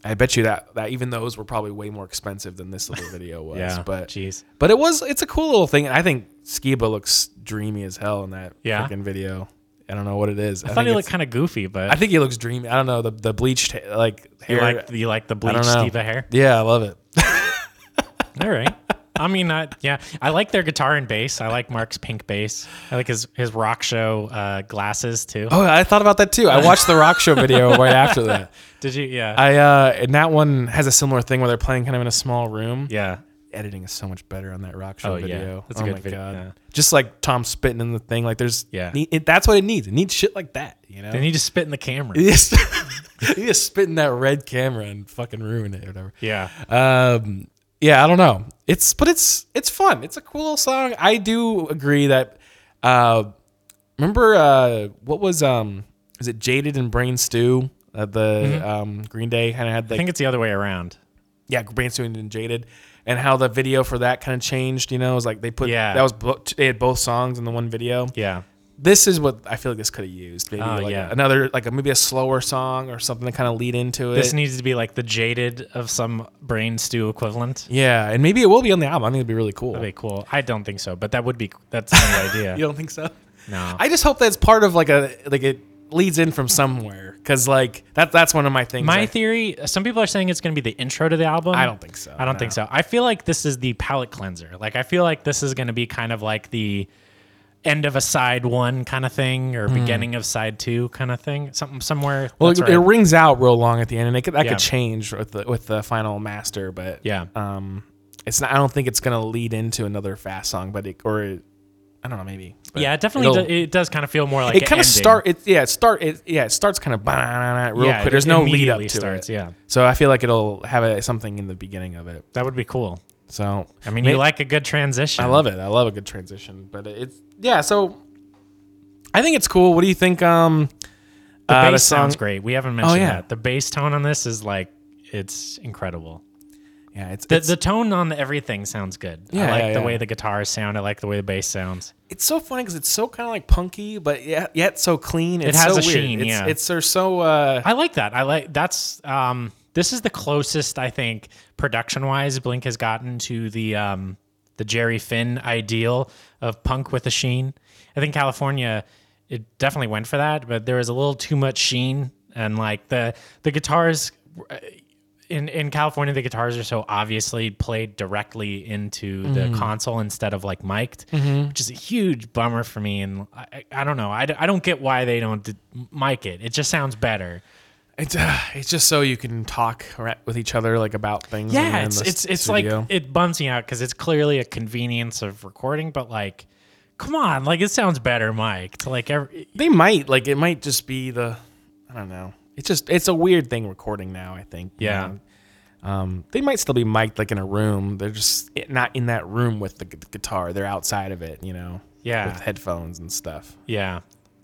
Speaker 2: I bet you that that even those were probably way more expensive than this little video was.
Speaker 1: Yeah,
Speaker 2: but
Speaker 1: jeez.
Speaker 2: but it was it's a cool little thing. And I think Skiba looks dreamy as hell in that
Speaker 1: Yeah.
Speaker 2: freaking video. I don't know what it is.
Speaker 1: I thought
Speaker 2: think
Speaker 1: he looked
Speaker 2: it's-
Speaker 1: kind of goofy, but
Speaker 2: I think he looks dreamy. I don't know the the bleached ha- like hair.
Speaker 1: you like you like the
Speaker 2: I
Speaker 1: bleached
Speaker 2: don't know.
Speaker 1: Steva hair.
Speaker 2: Yeah, I love it.
Speaker 1: All right. I mean, uh, yeah, I like their guitar and bass. I like Mark's pink bass. I like his his rock show uh, glasses too.
Speaker 2: Oh, I thought about that too. I watched the rock show video right after that.
Speaker 1: Did you? Yeah,
Speaker 2: I uh and that one has a similar thing where they're playing kind of in a small room.
Speaker 1: yeah.
Speaker 2: Editing is so much better on that rock show
Speaker 1: Oh, yeah.
Speaker 2: video.
Speaker 1: That's a
Speaker 2: oh
Speaker 1: good
Speaker 2: my
Speaker 1: video,
Speaker 2: god.
Speaker 1: yeah.
Speaker 2: Just like Tom spitting in the thing. Like there's
Speaker 1: Yeah.
Speaker 2: ne- it, that's what it needs. It needs shit like that, you know?
Speaker 1: They need to spit in the camera.
Speaker 2: you just, you just spit in that red camera and fucking ruin it or whatever.
Speaker 1: Yeah,
Speaker 2: Um, yeah, I don't know. It's but it's it's fun. It's a cool little song. I do agree that. Uh, remember uh, what was um is it Jaded and Brain Stew? Uh, the um, Green Day kind of had
Speaker 1: Mm-hmm. I
Speaker 2: like
Speaker 1: think it's the other way around.
Speaker 2: yeah Brain Stew and Jaded, and how the video for that kind of changed. You know, it was like they put
Speaker 1: Yeah.
Speaker 2: that was bo- they had both songs in the one video.
Speaker 1: Yeah,
Speaker 2: This is what I feel like this could have used. Maybe
Speaker 1: Oh,
Speaker 2: like
Speaker 1: yeah.
Speaker 2: another like a, maybe a slower song or something to kind of lead into it.
Speaker 1: this needs to be like the jaded of some brain stew equivalent.
Speaker 2: yeah, and maybe it will be on the album. I think it'd be really cool.
Speaker 1: That'd be cool. I don't think so, but that would be that's a good idea.
Speaker 2: You don't think so?
Speaker 1: No.
Speaker 2: I just hope that's part of like a like it leads in from somewhere because like that that's one of my things.
Speaker 1: My
Speaker 2: I-
Speaker 1: theory, some people are saying it's going to be the intro to the album.
Speaker 2: I don't think so,
Speaker 1: I don't think so. I feel like this is the palate cleanser. Like I feel like this is going to be kind of like the end of a side one kind of thing or beginning of side two kind of thing. Something somewhere.
Speaker 2: well, it,
Speaker 1: that's
Speaker 2: it
Speaker 1: right.
Speaker 2: rings out real long at the end, and it could, that
Speaker 1: Yeah.
Speaker 2: could change with the with the final master. But
Speaker 1: yeah.
Speaker 2: um, it's not. I don't think it's gonna lead into another fast song, but it or it, I don't know, maybe. But
Speaker 1: yeah, it definitely
Speaker 2: it'll-
Speaker 1: do, it does kind of feel more like
Speaker 2: It
Speaker 1: an
Speaker 2: kind of
Speaker 1: ending.
Speaker 2: start. It yeah. It start. It yeah. It starts kind of real
Speaker 1: Yeah,
Speaker 2: quick.
Speaker 1: it
Speaker 2: There's no lead up
Speaker 1: immediately
Speaker 2: to
Speaker 1: starts,
Speaker 2: it.
Speaker 1: yeah.
Speaker 2: So I feel like it'll have a, something in the beginning of it.
Speaker 1: That would be cool.
Speaker 2: So
Speaker 1: I mean,
Speaker 2: may-
Speaker 1: you like a good transition.
Speaker 2: I love it. I love a good transition, but it's yeah. So I think it's cool. What do you think? Um,
Speaker 1: the
Speaker 2: uh,
Speaker 1: bass Oh,
Speaker 2: the song-
Speaker 1: sounds great. We haven't mentioned
Speaker 2: yeah.
Speaker 1: that. The bass tone on this is like it's incredible.
Speaker 2: Yeah, it's
Speaker 1: The,
Speaker 2: it's,
Speaker 1: the tone on the everything sounds good. I
Speaker 2: Yeah,
Speaker 1: like
Speaker 2: yeah,
Speaker 1: the
Speaker 2: yeah.
Speaker 1: way the guitars sound. I like the way the bass sounds.
Speaker 2: it's so funny because it's so kind of like punky, but yet yet so clean. It's
Speaker 1: has
Speaker 2: so
Speaker 1: a
Speaker 2: weird.
Speaker 1: sheen,
Speaker 2: It's,
Speaker 1: yeah.
Speaker 2: it's they're so uh,
Speaker 1: I like that. I like that's um this is the closest I think production wise Blink has gotten to the um the Jerry Finn ideal of punk with a sheen. I think California it definitely went for that, but there was a little too much sheen and like the the guitars uh, in in California the guitars are so obviously played directly into the console instead of like mic'd, which is a huge bummer for me and I, I- I don't know. I, d- I don't get why they don't d- mic it. It just sounds better.
Speaker 2: it's uh, it's just so you can talk ra- with each other like about things. when you're
Speaker 1: Yeah,
Speaker 2: in
Speaker 1: it's
Speaker 2: the
Speaker 1: it's it's
Speaker 2: studio.
Speaker 1: like it bums me out because it's clearly a convenience of recording, but like, come on, like it sounds better, Mike. To like every
Speaker 2: they might like it might just be the I don't know. It's just it's a weird thing recording now. I think. you
Speaker 1: Yeah.
Speaker 2: know. Um, they might still be mic'd like in a room. They're just not in that room with the gu- guitar. They're outside of it, you know.
Speaker 1: Yeah.
Speaker 2: With headphones and stuff.
Speaker 1: yeah.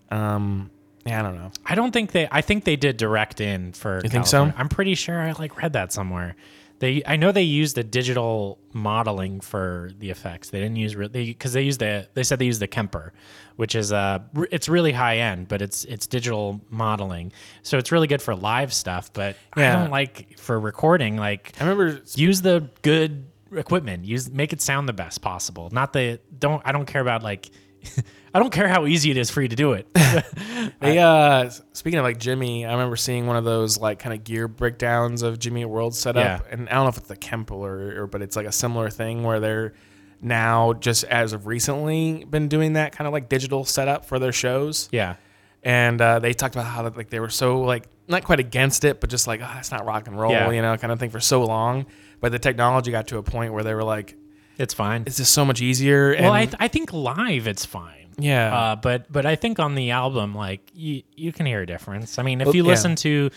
Speaker 2: Um, yeah, I don't know.
Speaker 1: I don't think they. I think they did direct in for. You
Speaker 2: think so?
Speaker 1: I'm pretty sure I like read that somewhere. They. I know they used the digital modeling for the effects. They didn't use re- they because they used the. They said they used the Kemper, which is uh re- it's really high end, but it's it's digital modeling, so it's really good for live stuff. But I
Speaker 2: Yeah.
Speaker 1: don't like for recording. Like
Speaker 2: I remember.
Speaker 1: use the good equipment use make it sound the best possible not the don't i don't care about like i don't care how easy it is for you to do it
Speaker 2: They, uh, speaking of like Jimmy, I remember seeing one of those like kind of gear breakdowns of Jimmy Eat World setup,
Speaker 1: Yeah.
Speaker 2: and I don't know if it's the Kemple or, or, but it's like a similar thing where they're now just as of recently been doing that kind of like digital setup for their shows.
Speaker 1: yeah
Speaker 2: and uh, they talked about how like they were so like not quite against it, but just like oh, that's not rock and roll,
Speaker 1: Yeah.
Speaker 2: you know, kind of thing for so long. But the technology got to a point where they were like,
Speaker 1: it's fine
Speaker 2: it's just so much easier. And,
Speaker 1: Well, I, th- I think live it's fine.
Speaker 2: Yeah.
Speaker 1: Uh, but but I think on the album, like you you can hear a difference. I mean, if
Speaker 2: Well,
Speaker 1: you
Speaker 2: yeah.
Speaker 1: listen to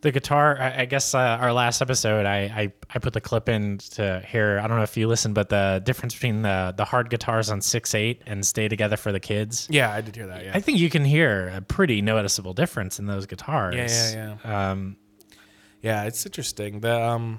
Speaker 1: the guitar, I, I guess uh, our last episode, I, I I put the clip in to hear. I don't know if you listened, but the difference between the the hard guitars on six eight and Stay Together for the Kids.
Speaker 2: yeah, I did hear that. Yeah,
Speaker 1: I think you can hear a pretty noticeable difference in those guitars.
Speaker 2: Yeah, yeah,
Speaker 1: yeah. Um,
Speaker 2: yeah, it's interesting. The um,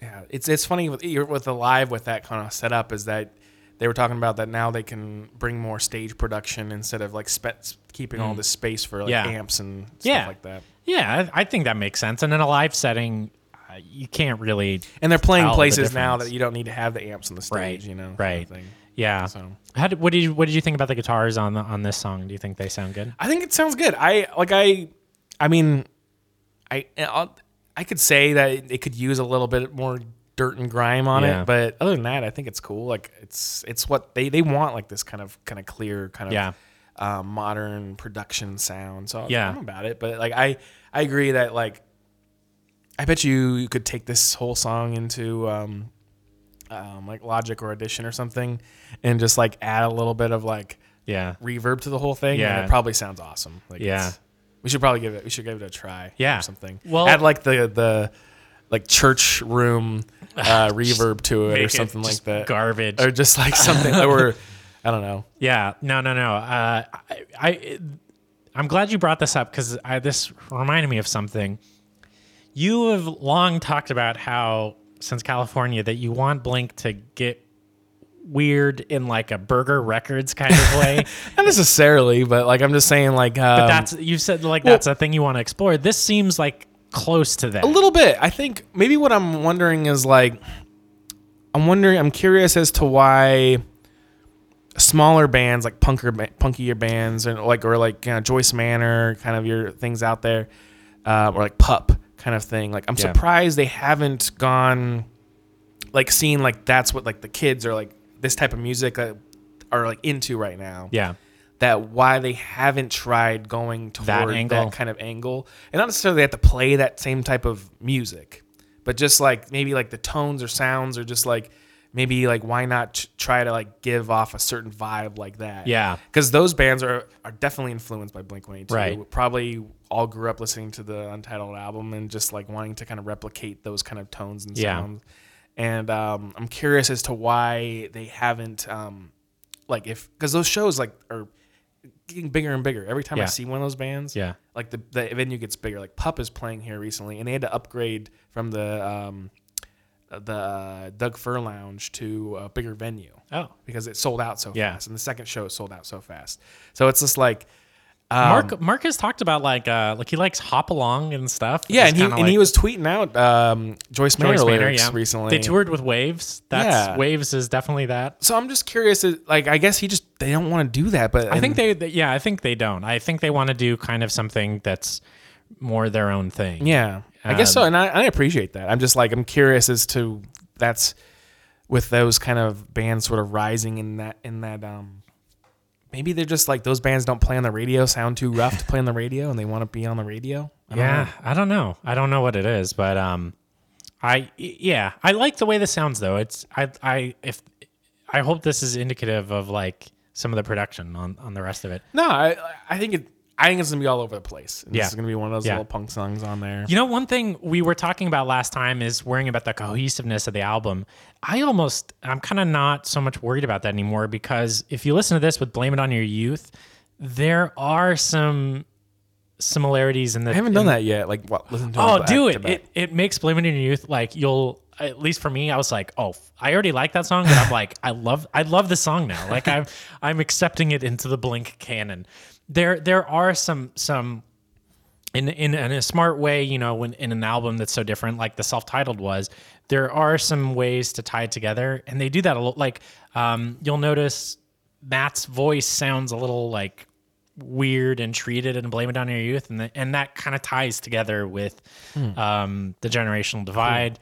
Speaker 2: yeah, it's it's funny with you're- with the live with that kind of setup is that they were talking about that now they can bring more stage production instead of like spe- keeping all this space for like
Speaker 1: Mm. Yeah.
Speaker 2: amps and stuff
Speaker 1: Yeah.
Speaker 2: like that.
Speaker 1: Yeah, I, I think that makes sense. And in a live setting, uh, you can't really
Speaker 2: And they're playing
Speaker 1: tell the
Speaker 2: places now that
Speaker 1: difference.
Speaker 2: you don't need to have the amps on the stage,
Speaker 1: right,
Speaker 2: you know. kind of
Speaker 1: right,
Speaker 2: thing.
Speaker 1: yeah.
Speaker 2: So-
Speaker 1: How did, what did you what did you think about the guitars on the, on this song? Do you think they sound good?
Speaker 2: I think it sounds good. I like I I mean I I'll, I could say that it could use a little bit more dirt and grime on
Speaker 1: Yeah.
Speaker 2: it, but other than that, I think it's cool. Like it's it's what they they want like this kind of kind of clear kind of
Speaker 1: Yeah.
Speaker 2: uh, modern production sound. So
Speaker 1: Yeah.
Speaker 2: I'm about it, but like I I agree that like I bet you you could take this whole song into um, um like Logic or Audition or something and just like add a little bit of like
Speaker 1: Yeah,
Speaker 2: reverb to the whole thing, and
Speaker 1: Yeah.
Speaker 2: it probably sounds awesome. Like
Speaker 1: Yeah.
Speaker 2: it's- we should probably give it. We should give it a try.
Speaker 1: Yeah.
Speaker 2: or something.
Speaker 1: Well-
Speaker 2: add like the the like church room uh, reverb to it
Speaker 1: Make
Speaker 2: or
Speaker 1: it
Speaker 2: something like
Speaker 1: just
Speaker 2: that,
Speaker 1: Garbage.
Speaker 2: or just like something or I don't know.
Speaker 1: Yeah, no, no, no. Uh, I, I, I'm glad you brought this up because this reminded me of something. You have long talked about how, since California, that you want Blink to get weird in like a Burger Records kind of way.
Speaker 2: Not necessarily, but like I'm just saying, like um,
Speaker 1: but that's you said like that's a thing you want to explore. This seems like close to that.
Speaker 2: a little bit. I think maybe what I'm wondering is like I'm wondering. I'm curious as to why smaller bands like punker ba- punkier bands and like or like you know, Joyce Manor kind of your things out there uh, or like pup kind of thing like I'm
Speaker 1: Yeah.
Speaker 2: surprised they haven't gone like seen like that's what like the kids are like this type of music uh, are like into right now
Speaker 1: yeah,
Speaker 2: that why they haven't tried going toward
Speaker 1: That
Speaker 2: that,
Speaker 1: angle.
Speaker 2: kind of angle. And not necessarily they have to play that same type of music, but just like maybe like the tones or sounds or just like maybe like why not t- try to like give off a certain vibe like that.
Speaker 1: Yeah.
Speaker 2: Cuz those bands are are definitely influenced by Blink-182.
Speaker 1: Right.
Speaker 2: We Probably all grew up listening to the Untitled album and just like wanting to kind of replicate those kind of tones and
Speaker 1: Yeah.
Speaker 2: sounds. And um, I'm curious as to why they haven't um, like if because those shows like are getting bigger and bigger every time
Speaker 1: Yeah.
Speaker 2: I see one of those bands.
Speaker 1: Yeah.
Speaker 2: like the, the venue gets bigger. Like Pup is playing here recently, and they had to upgrade from the um, the uh, Doug Fur Lounge to a bigger venue
Speaker 1: Oh.
Speaker 2: because it sold out so
Speaker 1: Yeah.
Speaker 2: fast, and the second show sold out so fast. So it's just like. Um,
Speaker 1: Mark Mark has talked about like uh like he likes hop along and stuff.
Speaker 2: yeah,
Speaker 1: It's
Speaker 2: and he,
Speaker 1: kinda
Speaker 2: and he
Speaker 1: like-
Speaker 2: was tweeting out um, Joyce Manor
Speaker 1: Joyce Manor,
Speaker 2: lyrics
Speaker 1: yeah.
Speaker 2: recently.
Speaker 1: They toured with Waves. That's
Speaker 2: Yeah.
Speaker 1: Waves is definitely that.
Speaker 2: so I'm just curious. is- Like, I guess he just they don't want to do that, but
Speaker 1: I think they, they yeah, I think they don't. I think they want to do kind of something that's more their own thing.
Speaker 2: Yeah, I guess so, and I, I appreciate that. I'm just like I'm curious as to that's with those kind of bands sort of rising in that in that um maybe they're just like those bands don't play on the radio, sound too rough to play on the radio, and they want to be on the radio. I don't
Speaker 1: Yeah,
Speaker 2: know.
Speaker 1: I don't know. I don't know what it is, but um I yeah, I like the way this sounds though. It's I I if I hope this is indicative of like some of the production on on the rest of it.
Speaker 2: no, I I think it I think it's gonna be all over the place. And
Speaker 1: Yeah.
Speaker 2: This is gonna be one of those
Speaker 1: Yeah.
Speaker 2: little punk songs on there.
Speaker 1: You know, one thing we were talking about last time is worrying about the cohesiveness of the album. I almost, I'm kind of not so much worried about that anymore because if you listen to this with "Blame It on Your Youth," there are some similarities in the.
Speaker 2: I haven't done that yet. Like, what? Listen to them
Speaker 1: Oh,
Speaker 2: back
Speaker 1: do
Speaker 2: to
Speaker 1: it.
Speaker 2: back.
Speaker 1: it! It makes "Blame It on Your Youth" like you'll. At least for me, I was like, "Oh, f- I already like that song," but I'm like, "I love, I love the song now." Like I'm, I'm accepting it into the Blink canon. There, there are some some in in, in a smart way, you know, when in an album that's so different, like the self-titled was, there are some ways to tie it together, and they do that a lot. Like, um, you'll notice Matt's voice sounds a little like weird and treated and blame it on your youth, and the, and that kind of ties together with um, the generational divide.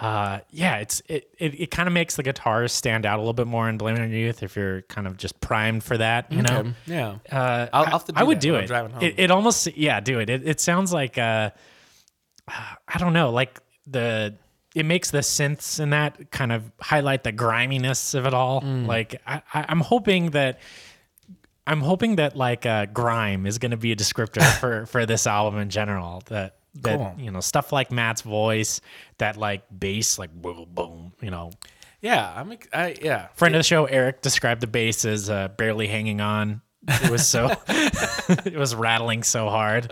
Speaker 1: Uh, yeah, it's it it, it kind of makes the guitars stand out a little bit more in blame it on your youth if you're kind of just primed for that, you know.
Speaker 2: yeah.
Speaker 1: Uh, I-
Speaker 2: I'll- I'll have to do
Speaker 1: I would
Speaker 2: that
Speaker 1: do
Speaker 2: when I'm
Speaker 1: it.
Speaker 2: driving home.
Speaker 1: it. It almost, yeah, do it. It, it sounds like, uh, I don't know, like the, it makes the synths and that kind of highlight the griminess of it all.
Speaker 2: Mm.
Speaker 1: Like, I, I, I'm hoping that, I'm hoping that like uh, grime is going to be a descriptor for for this album in general. That that
Speaker 2: Cool.
Speaker 1: you know stuff like Matt's voice, that like bass, like boom, boom, you know,
Speaker 2: yeah. I'm. ex- I, yeah.
Speaker 1: friend of the show eric described the bass as uh, barely hanging on it was so it was rattling so hard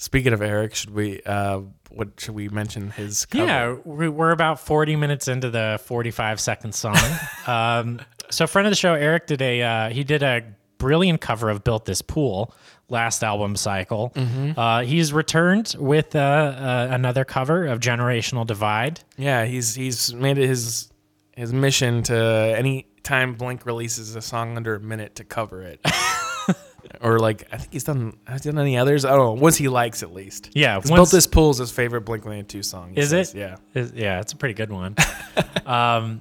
Speaker 2: Speaking of Eric, should we? uh What should we mention his? Cover?
Speaker 1: yeah we- we're about 40 minutes into the 45 second song um, so friend of the show eric did a uh, he did a brilliant cover of Built This Pool, last album cycle. Uh, he's returned with uh, uh, another cover of Generational Divide.
Speaker 2: Yeah, he's he's made it his his mission to any time Blink releases a song under a minute to cover it. or like I think he's done has he done any others? I don't know. Ones he likes at least.
Speaker 1: Yeah,
Speaker 2: He's
Speaker 1: ones-
Speaker 2: Built This Pool is his favorite Blink One Eighty Two song. he
Speaker 1: Is
Speaker 2: says.
Speaker 1: it?
Speaker 2: Yeah.
Speaker 1: Is- yeah, it's a pretty good one. um,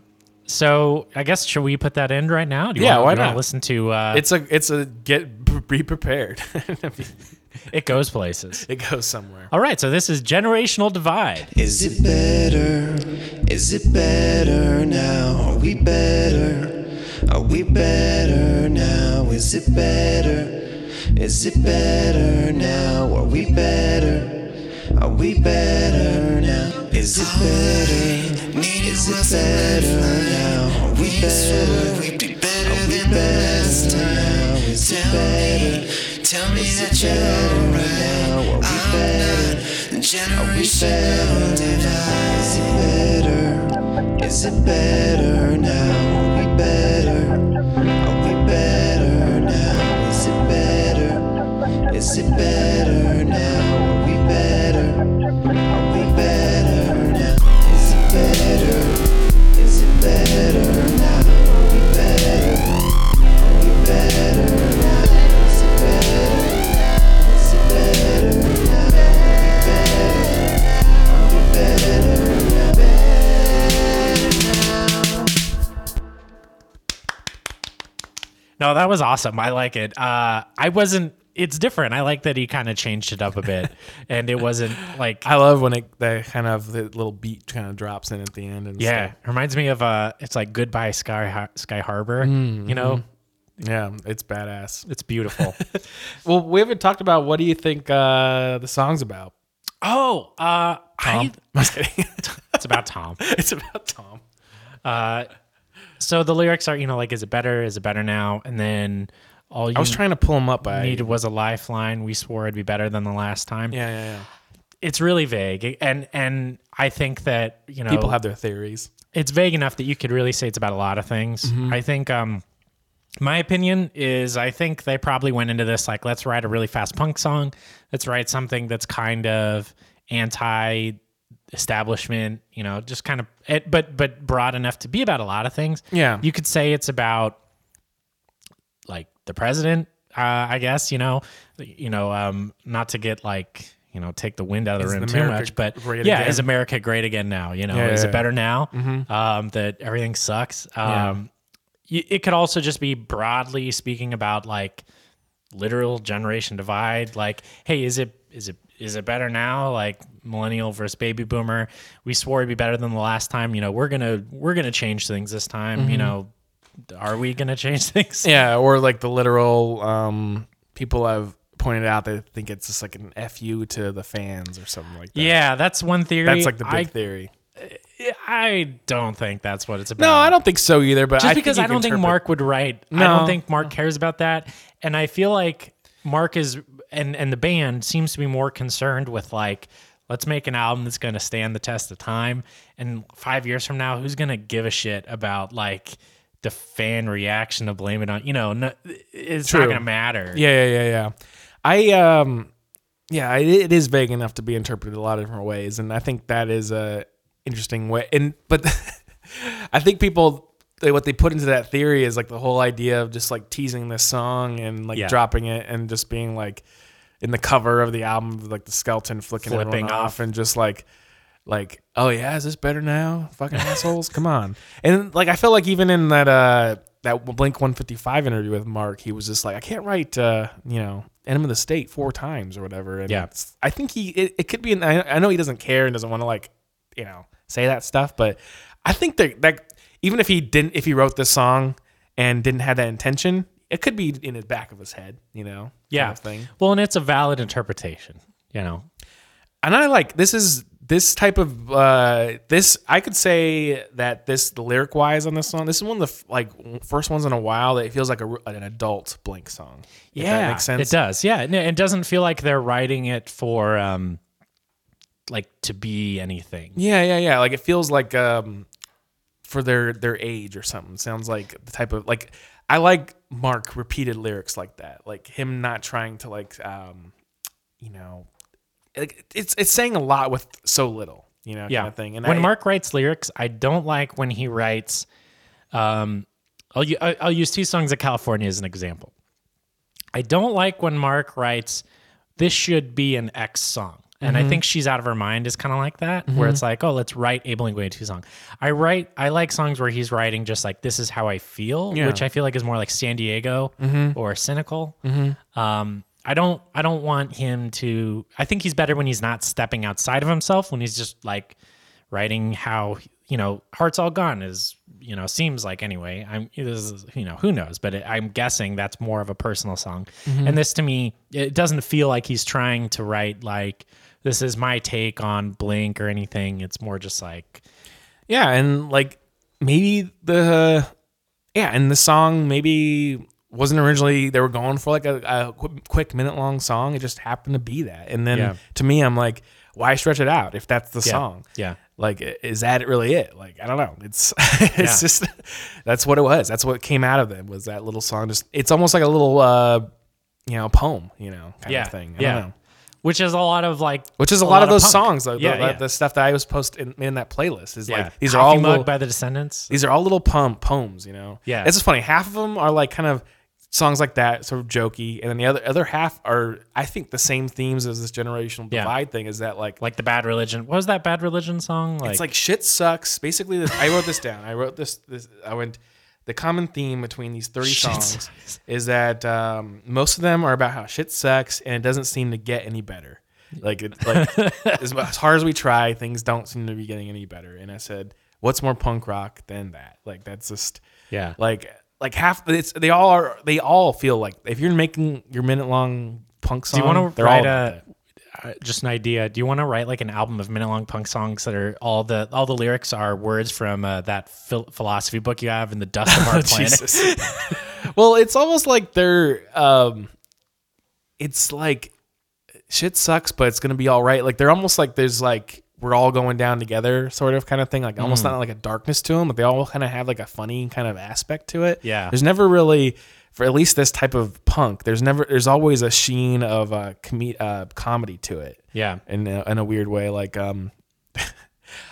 Speaker 1: so I guess should we put that in right now? Do you
Speaker 2: Yeah,
Speaker 1: wanna,
Speaker 2: why
Speaker 1: do you wanna
Speaker 2: not?
Speaker 1: Listen to uh,
Speaker 2: It's a it's a get be prepared.
Speaker 1: it goes places.
Speaker 2: it goes somewhere.
Speaker 1: All right, so this is Generational Divide.
Speaker 3: Is it better? Is it better now? Are we better? Are we better now? Is it better? Is it better now? Are we better? Are we better now? Is it better? Is it better now? Are we better? Are we better now? Is it better? Tell me that you're alright. Now are we better? Generation divide. Is it better? Is it better now? Are we better? Are we better now? Is it better? Is it better now? Are we better? Are we better now? Is it better? Is it better now? Are we better? Are we better now? Is it better? Is it better now?
Speaker 1: No, that was awesome. I like it. Uh, I wasn't. It's different. I like that he kind of changed it up a bit, and it wasn't like
Speaker 2: I love when it that kind of the little beat kind of drops in at the end and
Speaker 1: yeah.
Speaker 2: stuff.
Speaker 1: Reminds me of uh, it's like Goodbye Sky Har- Sky Harbor.
Speaker 2: Mm-hmm.
Speaker 1: You know,
Speaker 2: Yeah, it's badass.
Speaker 1: it's beautiful.
Speaker 2: Well, we haven't talked about what do you think uh, the song's about?
Speaker 1: oh, uh,
Speaker 2: Tom?
Speaker 1: I,
Speaker 2: I'm just kidding.
Speaker 1: it's about Tom.
Speaker 2: it's about Tom.
Speaker 1: So the lyrics are, you know, like, is it better? Is it better now? And then all you
Speaker 2: I was trying to pull him up, but I-
Speaker 1: needed was a lifeline. We swore it'd be better than the last time.
Speaker 2: yeah, yeah, yeah.
Speaker 1: It's really vague, and and I think that you know
Speaker 2: People have their theories.
Speaker 1: it's vague enough that you could really say it's about a lot of things.
Speaker 2: Mm-hmm.
Speaker 1: I think um my opinion is I think they probably went into this like let's write a really fast punk song. Let's write something that's kind of anti establishment, you know, just kind of it, but but broad enough to be about a lot of things.
Speaker 2: Yeah.
Speaker 1: You could say it's about like the president, uh, I guess, you know, you know, um not to get like you know, take the wind out of the room too
Speaker 2: America
Speaker 1: much, but
Speaker 2: great
Speaker 1: yeah,
Speaker 2: again?
Speaker 1: is America great again now? You know,
Speaker 2: Yeah,
Speaker 1: is
Speaker 2: yeah,
Speaker 1: it
Speaker 2: yeah. Mm-hmm.
Speaker 1: better now um, that everything sucks? Um, y It could also just be broadly speaking about like literal generation divide. Like, hey, is it is it is it better now? Like millennial versus baby boomer. We swore it'd be better than the last time. You know, we're gonna we're gonna change things this time. You know, are we gonna change things?
Speaker 2: Mm-hmm. Yeah, or like the literal um, people have pointed out they think it's just like an fu to the fans or something like that.
Speaker 1: Yeah, that's one theory.
Speaker 2: that's like the big
Speaker 1: I,
Speaker 2: theory.
Speaker 1: I don't think that's what it's about.
Speaker 2: No, I don't think so either. But
Speaker 1: just
Speaker 2: I
Speaker 1: because
Speaker 2: think you
Speaker 1: I
Speaker 2: can
Speaker 1: don't think
Speaker 2: interpret-
Speaker 1: Mark would write. I don't
Speaker 2: No.
Speaker 1: think Mark cares about that, and I feel like Mark is and and the band seems to be more concerned with like let's make an album that's going to stand the test of time, and five years from now, who's going to give a shit about like the fan reaction to blame it on you know no, it's not
Speaker 2: True.
Speaker 1: going to matter.
Speaker 2: Yeah, yeah, yeah, yeah. I um, yeah, it, it is vague enough to be interpreted a lot of different ways, and I think that is a interesting way. And but I think people they, what they put into that theory is like the whole idea of just like teasing this song and like
Speaker 1: Yeah.
Speaker 2: dropping it and just being like in the cover of the album, like the skeleton flicking everyone
Speaker 1: Flipping
Speaker 2: off.
Speaker 1: off.
Speaker 2: and just like. Like, oh yeah, is this better now? Fucking assholes, come on! And like, I feel like even in that uh that Blink One Fifty Five interview with Mark, he was just like, I can't write, uh, you know, Enema of the State four times or whatever. And
Speaker 1: Yeah.
Speaker 2: it's- I think he it, it could be. An, I, I know he doesn't care and doesn't want to like, you know, say that stuff, but I think that that even if he didn't, if he wrote this song and didn't have that intention, it could be in the back of his head, you know,
Speaker 1: yeah.
Speaker 2: kind of thing.
Speaker 1: Well, and it's a valid interpretation. You know,
Speaker 2: and I like this is this type of uh this I could say that this the lyric wise on this song this is one of the f- like first ones in a while that it feels like a, r- an adult Blink song. If that makes sense.
Speaker 1: It does. Yeah, and it doesn't feel like they're writing it for um, like to be anything.
Speaker 2: Yeah, yeah, yeah. Like it feels like um for their their age or something. Sounds like the type of like I like Mark repeated lyrics like that, like him not trying to like, um, you know, like it's it's saying a lot with so little, you know,
Speaker 1: yeah.
Speaker 2: kind of thing. And
Speaker 1: when
Speaker 2: I-
Speaker 1: Mark writes lyrics, I don't like when he writes. Um, I'll, u- I- I'll use two songs of California as an example. I don't like when Mark writes, "This should be an X song," and I think
Speaker 2: Mm-hmm.
Speaker 1: she's out of her mind is kind of like that, where it's like, "Oh, let's write Abel and Gwade two song." I write, I like songs where he's writing just like, "This is how I feel,"
Speaker 2: Yeah. Mm-hmm.
Speaker 1: which I feel like is more like San Diego or cynical. Um, I don't I don't want him to I think he's better when he's not stepping outside of himself when he's just like writing how you know heart's all gone is you know seems like anyway I'm it is you know who knows but it, I'm guessing that's more of a personal song
Speaker 2: Mm-hmm.
Speaker 1: and this to me it doesn't feel like he's trying to write like this is my take on blink or anything it's more just like
Speaker 2: Yeah, and like maybe the yeah, and the song maybe wasn't originally they were going for like a, a qu- quick minute long song. It just happened to be that. And then
Speaker 1: Yeah.
Speaker 2: to me, I'm like, why stretch it out if that's the
Speaker 1: Yeah.
Speaker 2: song?
Speaker 1: yeah
Speaker 2: Like, i- is that really it? Like, I don't know. It's it's
Speaker 1: Yeah.
Speaker 2: just that's what it was. That's what came out of it was that little song. Just it's almost like a little uh you know poem, you know, kind of thing. I
Speaker 1: yeah
Speaker 2: don't know.
Speaker 1: which is a lot of like
Speaker 2: Which is a, lot, of those
Speaker 1: punk.
Speaker 2: songs, though.
Speaker 1: Yeah,
Speaker 2: the,
Speaker 1: yeah.
Speaker 2: the stuff that I was posting in, in that playlist is
Speaker 1: yeah
Speaker 2: like these are
Speaker 1: Coffee
Speaker 2: all
Speaker 1: mug
Speaker 2: little-
Speaker 1: by the descendants
Speaker 2: these are all little pom- poems, you know.
Speaker 1: Yeah.
Speaker 2: it's just funny. Half of them are like kind of songs like that, sort of jokey, and then the other other half are, I think, the same themes as this generational
Speaker 1: Yeah.
Speaker 2: divide thing. Is that like,
Speaker 1: like the bad religion what was that bad religion song like
Speaker 2: it's like shit sucks. Basically, this, I wrote this down. I wrote this. This I went. The common theme between these three
Speaker 1: Shit
Speaker 2: songs
Speaker 1: sucks.
Speaker 2: is that um, most of them are about how shit sucks and it doesn't seem to get any better. Like, it, like as, mu- as hard as we try, things don't seem to be getting any better. And I said, "What's more punk rock than that? Like, that's just
Speaker 1: yeah
Speaker 2: like like half it's they all are they all feel like if you're making your minute long punk song
Speaker 1: Do you want to
Speaker 2: they're all
Speaker 1: write a uh, just an idea? Do you want to write like an album of minute long punk songs that are all the all the lyrics are words from uh, that phil- philosophy book you have in the dust of our planet?
Speaker 2: Oh, Jesus. well it's almost like they're um it's like shit sucks but it's gonna be all right like they're almost like there's like we're all going down together sort of kind of thing like
Speaker 1: Hmm.
Speaker 2: almost not like a darkness to them but they all kind of have like a funny kind of aspect to it
Speaker 1: Yeah.
Speaker 2: there's never really for at least this type of punk there's never there's always a sheen of uh, com- uh comedy to it
Speaker 1: Yeah,
Speaker 2: in a, in a weird way. Like, um,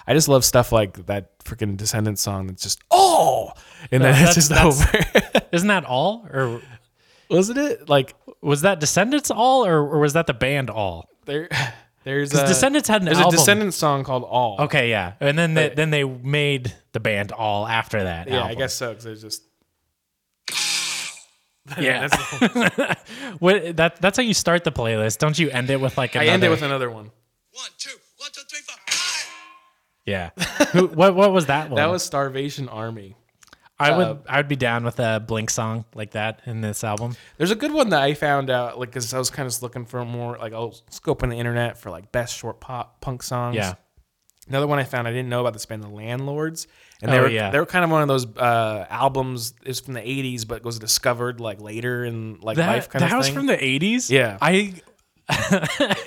Speaker 2: I just love stuff like that freaking Descendants song that's just oh, and then
Speaker 1: That-
Speaker 2: it's just
Speaker 1: that's-
Speaker 2: over.
Speaker 1: isn't that all, or
Speaker 2: Wasn't it like
Speaker 1: was that Descendants all, or, or was that the band all?
Speaker 2: there? There's a
Speaker 1: Because Descendants had an
Speaker 2: There's
Speaker 1: album.
Speaker 2: a Uh, Descendants song called All.
Speaker 1: Okay, yeah, and then they, then they made the band all after that.
Speaker 2: yeah, I
Speaker 1: album.
Speaker 2: guess so. Because there's just
Speaker 1: Yeah, what, that that's how you start the playlist. Don't you end it with like another,
Speaker 2: I end it with another one.
Speaker 4: One, two, one, two, three, four, five.
Speaker 1: yeah? Who, what what was that one?
Speaker 2: That was uh, Starvation Army.
Speaker 1: I would I would be down with a Blink song like that in this album.
Speaker 2: There's a good one that I found out, like, because I was kind of looking for more, like, I was scoping the internet for like best short pop punk songs.
Speaker 1: Yeah.
Speaker 2: Another one I found I didn't know about this band, The Landlords, and they
Speaker 1: Oh,
Speaker 2: were
Speaker 1: yeah.
Speaker 2: they were kind of one of those uh, albums. It was from the '80s, but was discovered like later in like life. Kind of thing.
Speaker 1: the 80s?
Speaker 2: Yeah.
Speaker 1: I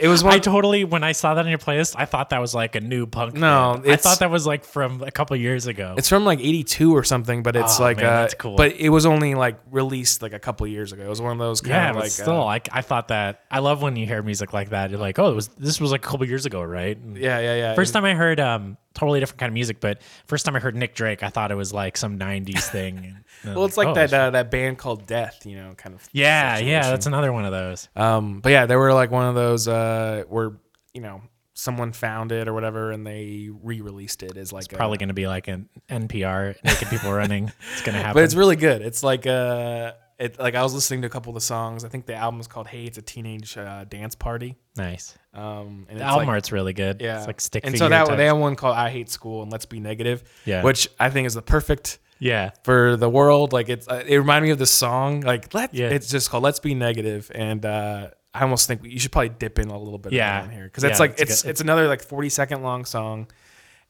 Speaker 2: it was one.
Speaker 1: I totally when I saw that on your playlist, I thought that was like a new punk.
Speaker 2: No,
Speaker 1: band. I
Speaker 2: it's-
Speaker 1: thought that was like from a couple years ago.
Speaker 2: it's from like '82 or something, but it's
Speaker 1: Oh,
Speaker 2: like
Speaker 1: man,
Speaker 2: uh,
Speaker 1: that's cool.
Speaker 2: But it was only like released like a couple years ago. It was one of those kind
Speaker 1: yeah,
Speaker 2: of
Speaker 1: but
Speaker 2: like
Speaker 1: still,
Speaker 2: uh,
Speaker 1: like I thought that. I love when you hear music like that. You're like, oh, it was this was like a couple years ago, right? And
Speaker 2: yeah, yeah, yeah.
Speaker 1: First time I heard um totally different kind of music, but first time I heard Nick Drake, I thought it was like some 90s thing.
Speaker 2: well, it's like that uh, that band called Death, you know, kind of.
Speaker 1: "Oh, yeah, yeah,
Speaker 2: situation.
Speaker 1: that's another one of those.
Speaker 2: Um, but yeah, they were like one of those uh, where you know someone found it or whatever, and they re-released it as like a,
Speaker 1: Probably going to be like an NPR, naked people running. It's going to happen.
Speaker 2: But it's really good. It's like uh, it like I was listening to a couple of the songs. I think the album's called "Hey, It's a Teenage uh, Dance Party."
Speaker 1: nice.
Speaker 2: Um, and
Speaker 1: The
Speaker 2: it's
Speaker 1: album
Speaker 2: like,
Speaker 1: art's really good.
Speaker 2: yeah,
Speaker 1: It's like stick
Speaker 2: And
Speaker 1: figure
Speaker 2: so that
Speaker 1: type.
Speaker 2: they have one called "I Hate School" and "Let's Be Negative,"
Speaker 1: Yeah.
Speaker 2: which I think is the perfect
Speaker 1: yeah.
Speaker 2: for the world. Like it's, uh, it reminded me of this song. Like let
Speaker 1: Yeah.
Speaker 2: it's just called "Let's Be Negative," and uh, I almost think you should probably dip in a little bit. of
Speaker 1: Yeah.
Speaker 2: that in here because it's
Speaker 1: Yeah,
Speaker 2: like
Speaker 1: it's a
Speaker 2: it's it's,
Speaker 1: good-
Speaker 2: another like forty second long song,